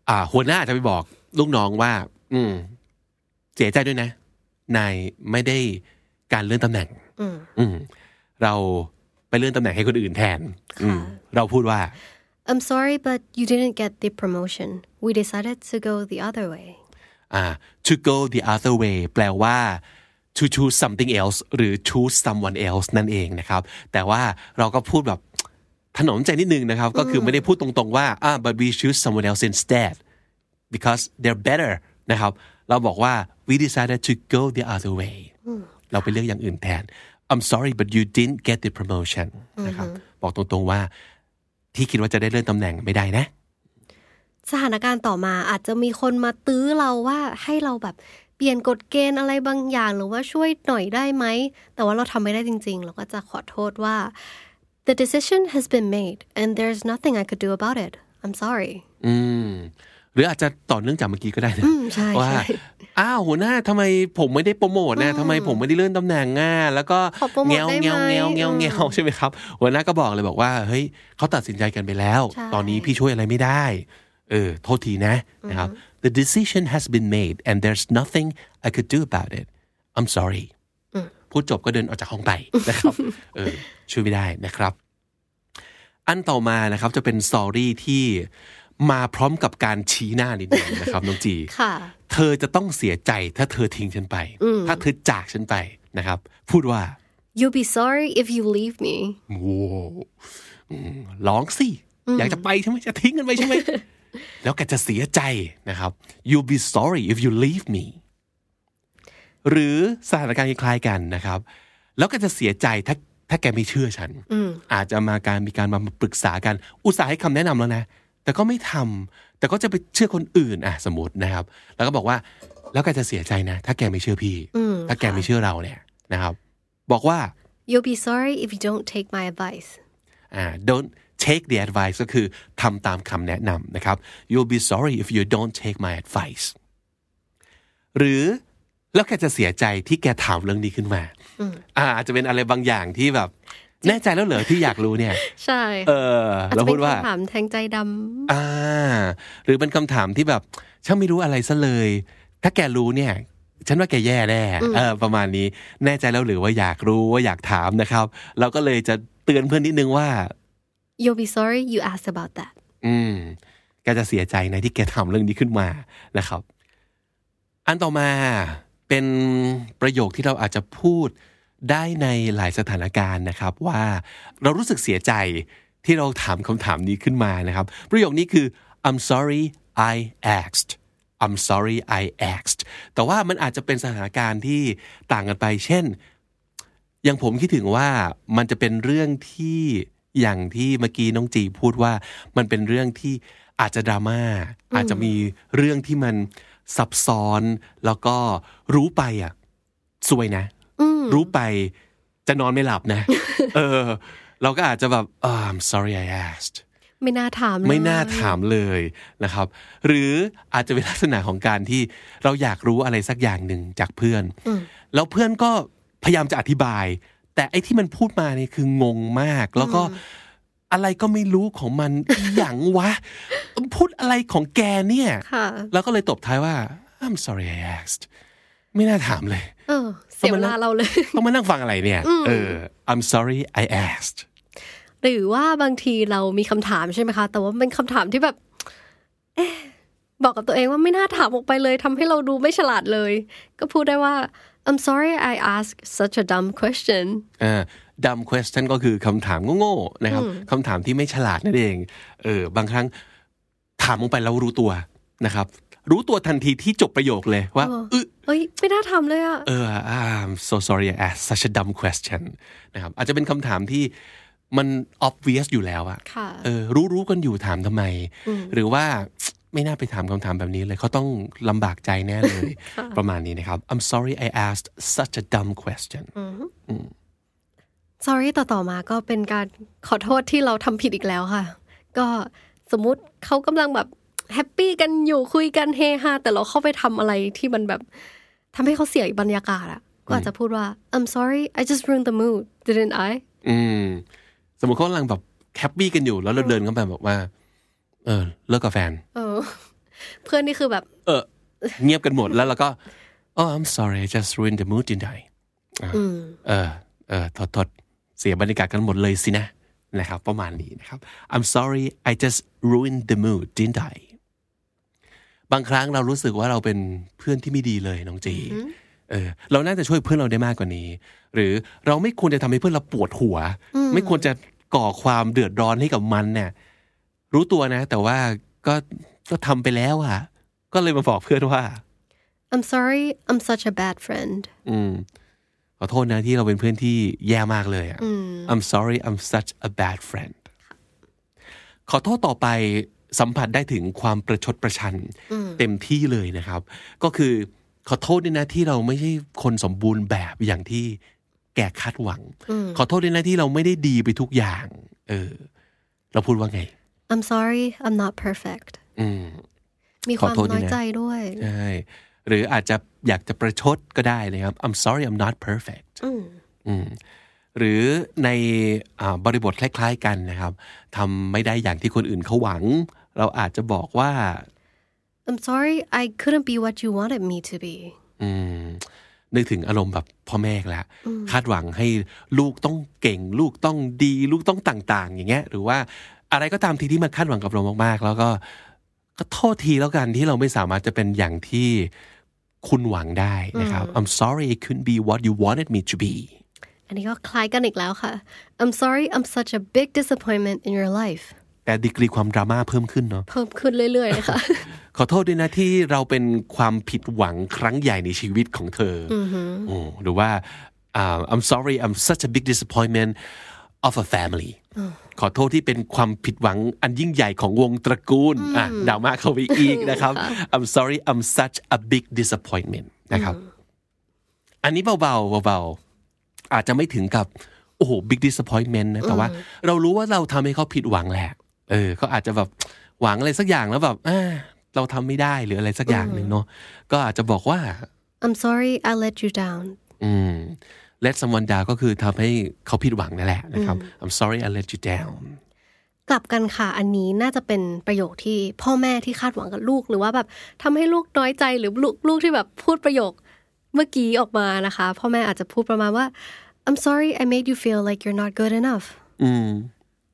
B: อ่าหัวหน้าอาจจะไปบอกลูกน้องว่า อืม เสียใจด้วยนะ นายไม่ได้การเลื่อนตำแหน่ง อืม เราไปเลื่อนตำแหน่งให้คนอื่นแทน อืม เราพูดว่า
C: I'm sorry, but you didn't get the promotion. We decided to go the other way.
B: อ่า to go the other way แปลว่า to choose something else หรือ choose someone else นั่นเองนะครับ แต่ว่าเราก็พูดแบบถนอมใจนิดนึงนะครับ ก็คือไม่ได้พูดตรงๆว่าอ่า but we choose someone else instead because they're better นะครับ เราบอกว่า we decided to go the other way เราไปเลือกอย่างอื่นแทน I'm sorry but you didn't get the promotion นะครับ บอกตรงๆว่าที่คิดว่าจะได้เลื่อนตำแหน่งไม่ได้นะ
C: สถานการณ์ต่อมาอาจจะมีคนมาตื้อเราว่าให้เราแบบเปลี่ยนกฎเกณฑ์อะไรบางอย่าง หรือว่าช่วยหน่อยได้ไหม แต่ว่าเราทำไม่ได้จริงๆ เราก็จะขอโทษว่า the decision has been made and there's nothing I could do about it I'm sorry
B: อืมหรืออาจจะต่อเนื่องจากเมื่อกี้ก็ได้นะ
C: อืมใช่ใช่
B: ว่าอ้าวหัวหน้าทำไมผมไม่ได้โปรโมทนะทำไมผมไม่ได้เลื่อนตำแหน่งง่าแล้วก็
C: ขอโปรโมท
B: เงี้ยว
C: ได้ไหม
B: เงี้ยวเงี้ยวเงี้ยวเงี้ยวใช่ไหมครับ หัวหน้าก็บอกเลยบอกว่าเฮ้ยเขาตัดสินใจกันไปแล้ว
C: ใช่
B: ตอนนี้พี่ช่วยอะไรไม่ได้ เออ โทษทีนะนะครับ the decision has been made and there's nothing I could do about it I'm sorry พูดจบก็เดินออกจากห้องไป นะครับ เออช่วยไม่ได้นะครับ อันต่อมานะครับจะเป็นสอรี่ที่มาพร้อมกับการชี้หน้านิดนึงนะครับ น้องจี
C: ค่ะ
B: เธอจะต้องเสียใจถ้าเธอทิ้งฉันไป ถ้าเธอจากฉันไปนะครับ พูดว่า
C: you'll be sorry if you leave me
B: โว้อืมร้องสิ อยากจะไปใช่ไหมจะทิ้งกันไปใช่ไหม แล้วแกจะเสียใจนะครับ you'll be sorry if you leave me หรือสถานการณ์คล้ายๆกันนะครับ แล้วก็จะเสียใจถ้าถ้าแกไม่เชื่อฉัน อาจจะมาการมีการมาปรึกษากัน อุตส่าห์ให้คำแนะนำแล้วนะ แต่ก็ไม่ทำแต่ก็จะไปเชื่อคนอื่นอ่ะสมมตินะครับ แล้วก็บอกว่า แล้วแกจะเสียใจนะ ถ้าแกไม่เชื่อพี่ ถ้าแกไม่เชื่อเราเนี่ยนะครับ บอกว่า
C: you'll be sorry if you don't take my advice
B: อ่า don't take the advice ก็คือทำตามคำแนะนำนะครับ you'll be sorry if you don't take my advice หรือแล้วแกจะเสียใจที่แกถามเรื่องนี้ขึ้นมาอ่าอาจจะเป็นอะไรบางอย่างที่แบบ แน่ใจแล้วเหรอที่อยากรู้เนี่ย
C: ใช่
B: เออ
C: อาจ
B: เรา
C: จะเป็
B: พู
C: น
B: ดว่า
C: คำถามแทงใจดำ
B: อ่า หรือเป็นคำถามที่แบบฉันไม่รู้อะไรซะเลย ถ้าแกรู้เนี่ย ฉันว่าแกแย่แน่เออประมาณนี้ แน่ใจแล้วหรือว่าอยากรู้ว่าอยากถามนะครับ เราก็เลยจะเตือนเพื่อนนิดนึงว่า
C: you'll be sorry you asked about that
B: อืม แกจะเสียใจในะที่แกทำเรื่องนี้ขึ้นมานะครับ อันต่อมาเป็นประโยคที่เราอาจจะพูดได้ในหลายสถานการณ์นะครับ ว่าเรารู้สึกเสียใจที่เราถามคำถามนี้ขึ้นมานะครับ ประโยคนี้คือ I'm sorry I asked I'm sorry I asked แต่ว่ามันอาจจะเป็นสถานการณ์ที่ต่างกันไป เช่น อย่างผมคิดถึงว่ามันจะเป็นเรื่องที่อย่างที่เมื่อกี้น้องจีพูดว่ามันเป็นเรื่องที่อาจจะดราม่าอาจจะมีเรื่องที่มันซับซ้อน แล้วก็รู้ไปอ่ะซวยนะ รู้ไปจะนอนไม่หลับนะ เออ เราก็อาจจะแบบอ่า I'm sorry I asked
C: ไม่น่าถามเลย
B: ไม่น่าถามเลยนะครับ หรืออาจจะเป็นลักษณะของการที่เราอยากรู้อะไรสักอย่างหนึ่งจากเพื่อน แล้วเพื่อนก็พยายามจะอธิบาย แต่ไอ้ที่มันพูดมาเนี่ยคืองงมาก แล้วก็อะไรก็ไม่รู้ของมัน อหย่างวะ พูดอะไรของแกเนี่ย
C: ค่ะ
B: แล้วก็เลยตบท้ายว่า I'm sorry I asked ไม่น่าถามเลย
C: เออ เสียเวลาเราเลย
B: ต้องมานั่งฟังอะไรเนี่ย เออ I'm sorry I asked
C: หรือว่าบางทีเรามีคำถามใช่ไหมคะ แต่ว่าเป็นคำถามที่แบบ เอ๊ะบอกกับตัวเองว่าไม่น่าถามออกไปเลยทำให้เราดูไม่ฉลาดเลย ก็พูดได้ว่า I'm sorry I asked such a dumb question
B: ดัม question ก็คือคำถามโง่ๆนะครับคำถามที่ไม่ฉลาดนั่นเองเออบางครั้งถามลงไปแล้วรู้ตัวนะครับ รู้ตัวทันทีที่จบประโยคเลยว่าเออ
C: เอ้ย ไม่น่าทำเลยอะ
B: เออ I'm so sorry I asked such a dumb question นะครับอาจจะเป็นคำถามที่มัน obvious อยู่แล้วอะ
C: ค่ะ
B: เออรู้รู้ๆกันอยู่ถามทำไม หรือว่าไม่น่าไปถามคำถามแบบนี้เลยเขาต้องลำบากใจแน่เลย ประมาณนี้นะครับ I'm sorry I asked such a dumb question
C: sorry ต่อต่อมาก็เป็นการขอโทษที่เราทำผิดอีกแล้วค่ะ ก็สมมุติเขากำลังแบบแฮปปี้กันอยู่คุยกันเฮฮาแต่เราเข้าไปทำอะไรที่มันแบบทำให้เขาเสียบรรยากาศอะก็อาจจะพูดว่า I'm sorry I just ruined the mood didn't I
B: อืมสมมติเขากำลังแบบแฮปปี้กันอยู่แล้วเราเดินเข้าไปบอกว่า เออเลิกกับแฟน
C: เออ Oh. เพื่อนนี่คือแบบ
B: เออ เงียบกันหมดแล้วเราก็ oh I'm sorry I just ruined the mood didn't I อ่ะเออเออโทษโทษเสียบรรยากาศกันหมดเลยสินะนะครับ ประมาณนี้นะครับ I'm sorry I just ruined the mood didn't I บางครั้งเรารู้สึกว่าเราเป็นเพื่อนที่ไม่ดีเลยน้องจี เออเราน่าจะช่วยเพื่อนเราได้มากกว่านี้ หรือเราไม่ควรจะทำให้เพื่อนเราปวดหัว ไม่ควรจะก่อความเดือดร้อนให้กับมันเนี่ย รู้ตัวนะ แต่ว่าก็ก็ทำไปแล้วอ่ะ ก็เลยมาบอกเพื่อนว่า
C: I'm sorry I'm such a bad friend
B: อืมขอโทษนะที่เราเป็นเพื่อนที่แย่มากเลยอะ I'm sorry I'm such a bad friend ขอโทษต่อไปสัมผัสได้ถึงความประชดประชัน เต็มที่เลยนะครับ ก็คือขอโทษด้วยนะที่เราไม่ใช่คนสมบูรณ์แบบอย่างที่แกคาดหวัง ขอโทษด้วยนะที่เราไม่ได้ดีไปทุกอย่าง เออ เราพูดว่าไง
C: I'm sorry I'm not perfect
B: อืม
C: มีความ
B: ขอโทษด้วยนะ
C: น้อยใจด้วย
B: ใช่หรืออาจจะอยากจะประชดก็ได้นะครับ I'm sorry I'm not perfect อืมหรือในอ่าบริบทคล้าย ๆกันนะครับทำไม่ได้อย่างที่คนอื่นเขาหวัง เราอาจจะบอกว่า
C: I'm sorry I couldn't be what you wanted me to be
B: อืมนึกถึงอารมณ์แบบพ่อแม่อีกแล้วคาดหวังให้ลูกต้องเก่ง ลูกต้องดีลูกต้องต่าง ๆ อย่างเงี้ย หรือว่าอะไรก็ตามทีที่มันคาดหวังกับเรามากๆ แล้วก็ก็โทษทีแล้วกันที่เราไม่สามารถจะเป็นอย่างที่คุณหวังได้นะครับ I'm sorry it couldn't be what you wanted me to be
C: อันนี้ก็คล้ายกันอีกแล้วค่ะ I'm sorry I'm such a big disappointment in your life
B: แต่ดีกรีความดราม่าเพิ่มขึ้นเนาะ
C: เพิ่มขึ้นเรื่อยๆเลยค่ะ
B: ขอโทษด้วยนะที่เราเป็นความผิดหวังครั้งใหญ่ในชีวิตของเธอโอ้หรือว่าอ่า I'm sorry I'm such a big disappointment of a family ขอโทษที่เป็นความผิดหวังอันยิ่งใหญ่ของวงตระกูลอ่ะดราม่าเข้าไปอีกนะครับ I'm sorry I'm such a big disappointment นะครับ อันนี้เบาๆเบาๆอาจจะไม่ถึงกับ โอ้โห big disappointment นะ แต่ว่าเรารู้ว่าเราทำให้เขาผิดหวังแหละ เออเขาอาจจะแบบหวังอะไรสักอย่างแล้วแบบอ่าเราทำไม่ได้หรืออะไรสักอย่างหนึ่งเนาะก็อาจจะบอกว่า
C: I'm sorry I let you down
B: อืม let someone down ก็คือทำให้เขาผิดหวังนั่นแหละนะครับ I'm sorry I let you down
C: กลับกันค่ะ อันนี้น่าจะเป็นประโยคที่พ่อแม่ที่คาดหวังกับลูก หรือว่าแบบทำให้ลูกน้อยใจหรือลูกลูกที่แบบพูดประโยคเมื่อกี้ออกมานะคะ พ่อแม่อาจจะพูดประมาณว่า I'm sorry I made you feel like you're not good enough
B: อืม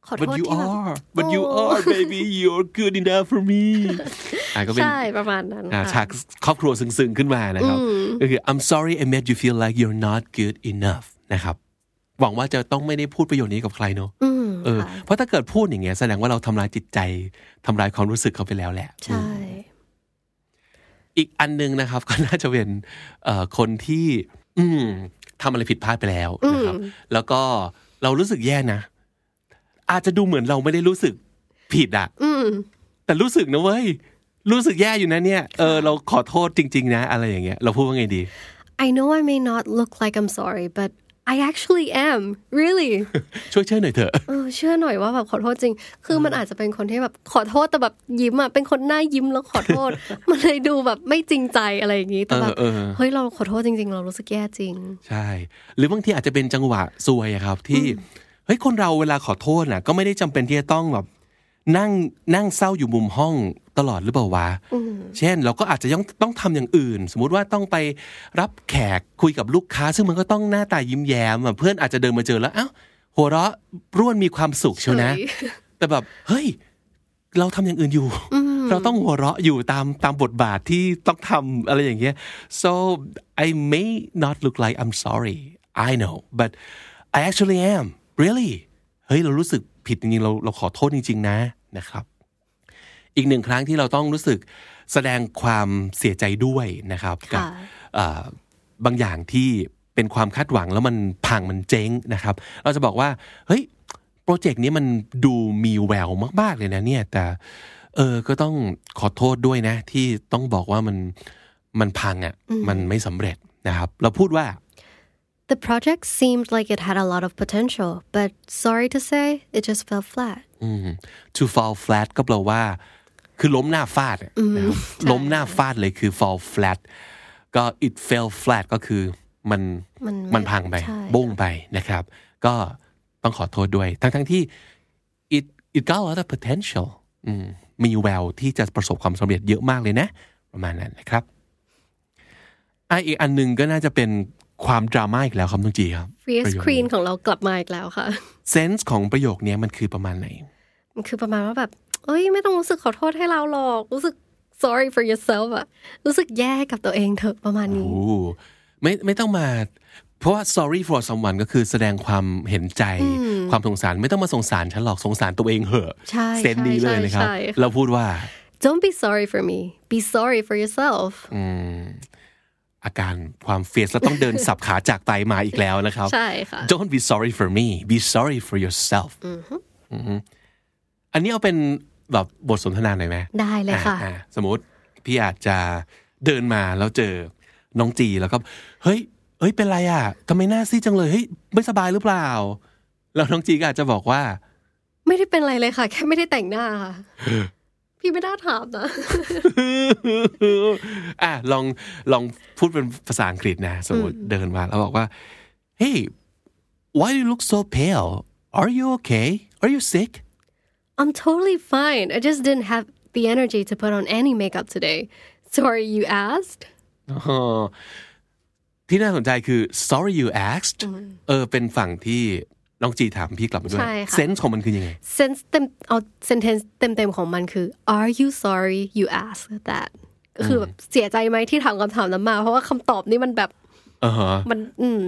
C: ข ขอโท
B: but
C: ษ
B: you
C: ที่แบบ
B: are but you
C: โอ้
B: are baby you're good enough for me อ่ะก็เป็น
C: ใช่ประมาณนั้น
B: อ่า
C: ค่ะ
B: ฉากครอบครัวซึ้งๆ ขึ้นมานะครับก็คือ I'm sorry I made you feel like you're not good enough นะครับ หวังว่าจะต้องไม่ได้พูดประโยคนี้กับใครเนอะ
C: อืม
B: เออ
C: ค่ะ
B: เพราะถ้าเกิดพูดอย่างเงี้ยแสดงว่าเราทำร้ายจิตใจทำร้ายความรู้สึกเขาไปแล้วแหละ
C: ใช่
B: อีกอันหนึงนะครับ ก็น่าจะเป็นเอ่อคนที่ อืมทำอะไรผิดพลาดไปแล้วนะครับ แล้วก็เรารู้สึกแย่นะ อาจจะดูเหมือนเราไม่ได้รู้สึกผิดอะ
C: อืม
B: แต่รู้สึกนะเว้ย รู้สึกแย่อยู่นะเนี่ย เออ เราขอโทษจริง ๆ นะ อะไรอย่างเงี้ย เราพูดว่าไงดี
C: I know I may not look like I'm sorry but I actually am really
B: ช่วยเชื่อหน่อยเถอะ
C: เออเชื่อหน่อยว่าแบบขอโทษจริง คือมันอาจจะเป็นคนที่แบบขอโทษแต่แบบยิ้มอ่ะ เป็นคนหน้ายิ้มแล้วขอโท ษ มันเลยดูแบบไม่จริงใจอะไรอย่างนี้ แต่แบบ
B: เออเออ
C: เฮ้ยเราขอโทษจริง ๆ เรารู้สึกแย่จริง
B: ใช่ หรือบางทีอาจจะเป็นจังหวะซวยอะครับ ที่ เฮ้ย คนเราเวลาขอโทษน่ะ ก็ไม่ได้จำเป็นที่จะต้องแบบ นั่งนั่งเศร้าอยู่มุมห้องตลอดหรือเปล่าวะ เช่น เราก็อาจจะยังต้องทำอย่างอื่น สมมุติว่าต้องไปรับแขกคุยกับลูกค้า ซึ่งมันก็ต้องหน้าตายิ้มแย้มอะเพื่อนอาจจะเดินมาเจอแล้ว เอ้า หัวเราะร่วนมีความสุขเชียวนะ
C: เฉย
B: แต่แบบ เฮ้ย เราทำอย่างอื่นอยู่ เราต้องหัวเราะอยู่ตามตามบทบาทที่ต้องทำอะไรอย่างเงี้ย so I may not look like I'm sorry I know but I actually am really เฮ้ย เรารู้สึกผิดจริงๆ เราเราขอโทษจริง ๆ นะนะครับ อีกหนึ่งครั้งที่เราต้องรู้สึกแสดงความเสียใจด้วยนะครับ กับ
C: ค่ะ
B: เอ่อบางอย่างที่เป็นความคาดหวังแล้วมันพังมันเจ๊งนะครับ เราจะบอกว่า เฮ้ย โปรเจกต์นี้มันดูมีแววมาก ๆ เลยนะเนี่ย แต่ เออก็ต้องขอโทษด้วยนะ ที่ต้องบอกว่ามันมันพังอะ่ะ มันไม่สำเร็จนะครับ เราพูดว่า
C: The project seemed like it had a lot of potential but sorry to say it just fell flat
B: to fall flat ก็แปลว่า คือล้มหน้าฟาดอะนะครับล้มหน้าฟาดเลยคือ fall flat ก็ it fell flat ก็คือมัน
C: มันไม่
B: มันพังไป
C: ใช่
B: บุ้งไปนะครับ ก็ต้องขอโทษด้วย ทั้งทั้งๆที่ it it got a lot of potential อืมมีแววที่จะประสบความสำเร็จเยอะมากเลยนะ ประมาณนั้นนะครับอ่ะอีกอันหนึงก็น่าจะเป็นความดราม่าอีกแล้วครับน้องจีครับ
C: Fierce
B: ประโยคนี้
C: Queen ของเรากลับมาอีกแล้วค่ะ
B: เซนส์ของประโยคเนี้ยมันคือประมาณไหน
C: มันคือประมาณว่าแบบ เอ้ย ไม่ต้องรู้สึกขอโทษให้เราหรอก รู้สึก sorry for yourself อะรู้สึกแย่กับตัวเองเถอะประมาณนี้
B: โอ้ไม่ไม่ต้องมา เพราะว่า sorry for someone ก็คือแสดงความเห็นใจ ความสงสารไม่ต้องมาสงสารฉันหรอกสงสารตัวเองเหอะ
C: ใช่
B: เซนส์นี้เลยนะครับ
C: ใช่ใช่ใช่
B: เราพูดว่า
C: Don't be sorry for me be sorry for yourself
B: อืม อาการความเฟียสแล้วต้องเดิน สับขาจากไปมาอีกแล้วนะครับ
C: ใช่ค่ะ
B: Don't be sorry for me be sorry for yourself อือฮึอันนี้เอาเป็นแบบบทสนทนาหน่อยไหม
C: ได้เลยค่ะ
B: อ่าอ่าสมมติพี่อาจจะเดินมาแล้วเจอน้องจีแล้วก็เฮ้ยเอ้ยเป็นไรอ่ะทำไมหน้าซีดจังเลยเฮ้ยไม่สบายหรือเปล่า แล้วน้องจีก็อาจจะบอกว่า
C: ไม่ได้เป็นอะไรเลยค่ะ แค่ไม่ได้แต่งหน้าค่ะ พี่ไม่น่าถามนะ
B: อ่ะลองลองพูดเป็นภาษาอังกฤษนะ สมมติเดินมาแล้วบอกว่า hey why do you look so pale are you okay are you sick
C: I'm totally fine I just didn't have the energy to put on any makeup today sorry you asked
B: อ๋อที่น่าสนใจคือ sorry you asked เออ เป็นฝั่งที่น้องจีถามพี่กลับมาด้วย
C: ใช่ค่ะ
B: เซนส์ของมันคือยังไง
C: sense เต็มเอา sentence เต็มๆของมันคือ are you sorry you asked that ก็คือแบบเสียใจไหมที่ถามคำถามนั้นมา เพราะว่าคำตอบนี่มันแบบ
B: อ่าฮะ
C: มัน อืม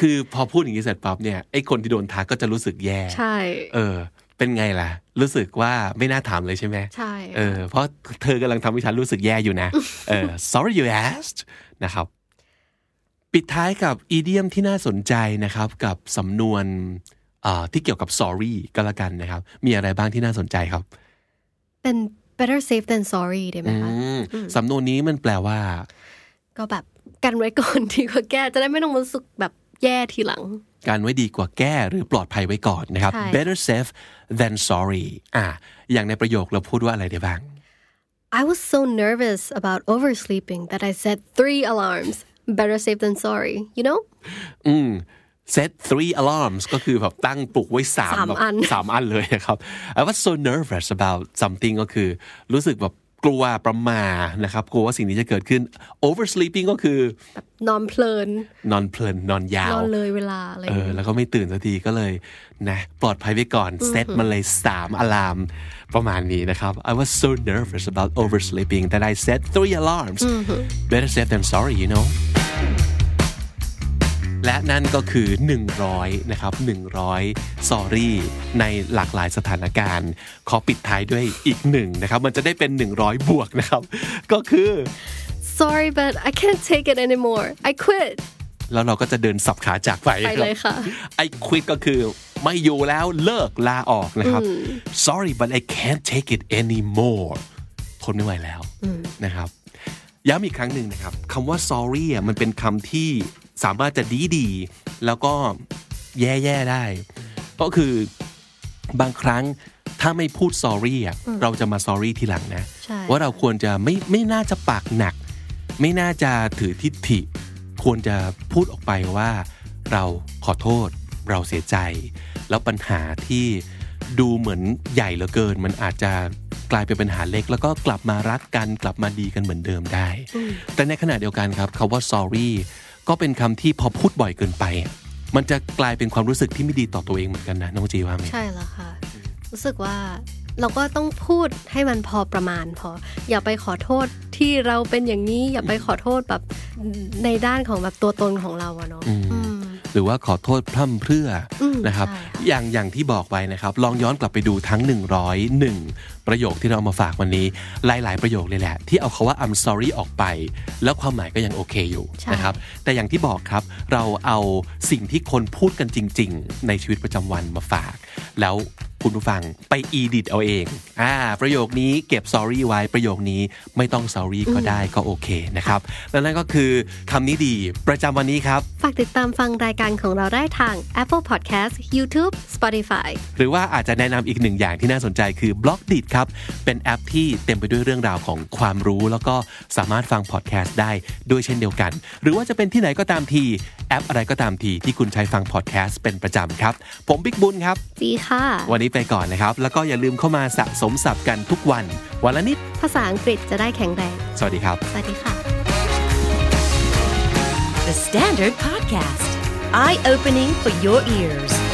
B: คือพอพูดอย่างนี้เสร็จปั๊บเนี่ยไอ้คนที่โดนทักก็จะรู้สึกแย่
C: ใช่
B: เออ เป็นไงล่ะ รู้สึกว่าไม่น่าถามเลยใช่ไหม
C: ใช่
B: เออ เพราะเธอกำลังทำให้ฉันรู้สึกแย่อยู่นะ เออ sorry you asked นะครับ ปิดท้ายกับอีเดียมที่น่าสนใจนะครับ กับสำนวนเอ่อที่เกี่ยวกับ sorry ก็แล้วกันนะครับ มีอะไรบ้างที่น่าสนใจครับ
C: เป็น better safe than sorry ได้ไหมคะ
B: อืมสำนวนนี้มันแปลว่า
C: ก็แบบกันไว้ก่อน ดีกว่าแก้จะได้ไม่ต้องรู้สึกแบบแย่ทีหลัง
B: การไว้ดีกว่าแก้หรือปลอดภัยไว้ก่อนนะครับ
C: ใช่
B: better safe than sorry อ่ะอย่างในประโยคเราพูดว่าอะไรได้บ้าง
C: I was so nervous about oversleeping that I set three alarms. Better safe than sorry, you know?
B: set three alarms ก็คือแบบตั้งปลุกไว้สาม
C: สาม
B: แบบ
C: อัน
B: สามอันเลยนะครับ I was so nervous about something ก็คือ รู้สึกแบบ กลัวประมาทนะครับกลัวว่าสิ่งนี้จะเกิดขึ้น oversleeping ก็คือน
C: อนเพลิน
B: นอนเพลินนอนยานว
C: อนเลยเวลาอะไรอ
B: เอย่าง อ
C: เงี้ย
B: แล้วก็ไม่ตื่นสักทีก็เลยนะปลอดภัยไว้ก่อนเซตมันเลยสามอะลามประมาณนี้นะครับ I was so nervous about oversleeping that I set three alarms better safe than sorry you know และนั่นก็คือ 100 นะครับ 100 sorry ในหลากหลายสถานการณ์ ขอปิดท้ายด้วยอีกหนึ่งนะครับ มันจะได้เป็น 100 บวกนะครับ ก็คือ
C: sorry but I can't take it anymore I quit
B: แล้วเราก็จะเดินสับขาจากไป
C: ไปเลยค่ะ
B: ไอ้ควิดก็คือไม่อยู่แล้วเลิกลาออกนะครับ sorry but I can't take it anymore ทนไม่ไหวแล้วนะครับ ย้ำอีกครั้งหนึ่งนะครับคำว่า sorry อ่ะมันเป็นคำที่สามารถจะดีดีๆแล้วก็แย่ๆได้ ก็คือบางครั้งถ้าไม่พูด sorry อ่ะเราจะมา sorry ทีหลังนะ
C: ใช่
B: ว่าเราควรจะไม่ไม่น่าจะปากหนัก ไม่น่าจะถือทิฐิ ควรจะพูดออกไปว่า เราขอโทษ เราเสียใจ แล้วปัญหาที่ดูเหมือนใหญ่เหลือเกิน มันอาจจะกลายเป็นปัญหาเล็ก แล้วก็กลับมารักกันกลับมาดีกันเหมือนเดิมได้ แต่ในขณะเดียวกันครับคำว่า sorry ก็เป็นคำที่พอพูดบ่อยเกินไปอะมันจะกลายเป็นความรู้สึกที่ไม่ดีต่อตัวเองเหมือนกันนะน้องจีว่าไหม
C: ใช่แล้วค่ะ รู้สึกว่าเราก็ต้องพูดให้มันพอประมาณพอ อย่าไปขอโทษที่เราเป็นอย่างนี้ อย่าไปขอโทษแบบในด้านของแบบตัวตนของเราอะเนาะอืม
B: หรือว่าขอโทษพร่ำเพรื่ออ
C: ม
B: นะครับ
C: ใช่ค่ะ
B: อย่างอย่างที่บอกไว้นะครับ ลองย้อนกลับไปดูทั้ง 101 ประโยคที่เราเอามาฝากวันนี้ หลาย ๆ ประโยคเลยแหละ ที่เอาคาว่า I'm sorry ออกไป แล้วความหมายก็ยังโอเคอยู่นะครับ แต่อย่างที่บอกครับ เราเอาสิ่งที่คนพูดกันจริง ๆ ในชีวิตประจำวันมาฝาก แล้วคุณผู้ฟังไป edit เอาเองอ่าประโยคนี้เก็บ sorry ไว้ประโยคนี้ไม่ต้อง sorry ก็ได้ก็โอเคนะครับและนั่นก็คือคำนี้ดีประจำวันนี้ครับ
C: ฝากติดตามฟังรายการของเราได้ทาง Apple Podcast YouTube Spotify
B: หรือว่าอาจจะแนะนำอีกหนึ่งอย่างที่น่าสนใจคือบล็อกดิครับ เป็นแอปที่เต็มไปด้วยเรื่องราวของความรู้ แล้วก็สามารถฟังพอดแคสต์ได้ด้วยเช่นเดียวกัน หรือว่าจะเป็นที่ไหนก็ตามที แอปอะไรก็ตามทีที่คุณใช้ฟังพอดแคสต์เป็นประจำครับ ผมบิ๊กบุญครับ
C: จีค่ะ
B: วันนี้ไปก่อนนะครับ แล้วก็อย่าลืมเข้ามาสะสมศัพท์กันทุกวัน วันละนิด
C: ภาษาอังกฤษจะได้แข็งแรง
B: สวัสดีครับ
C: สวัสดีค่ะ
A: The Standard Podcast, eye opening for your ears.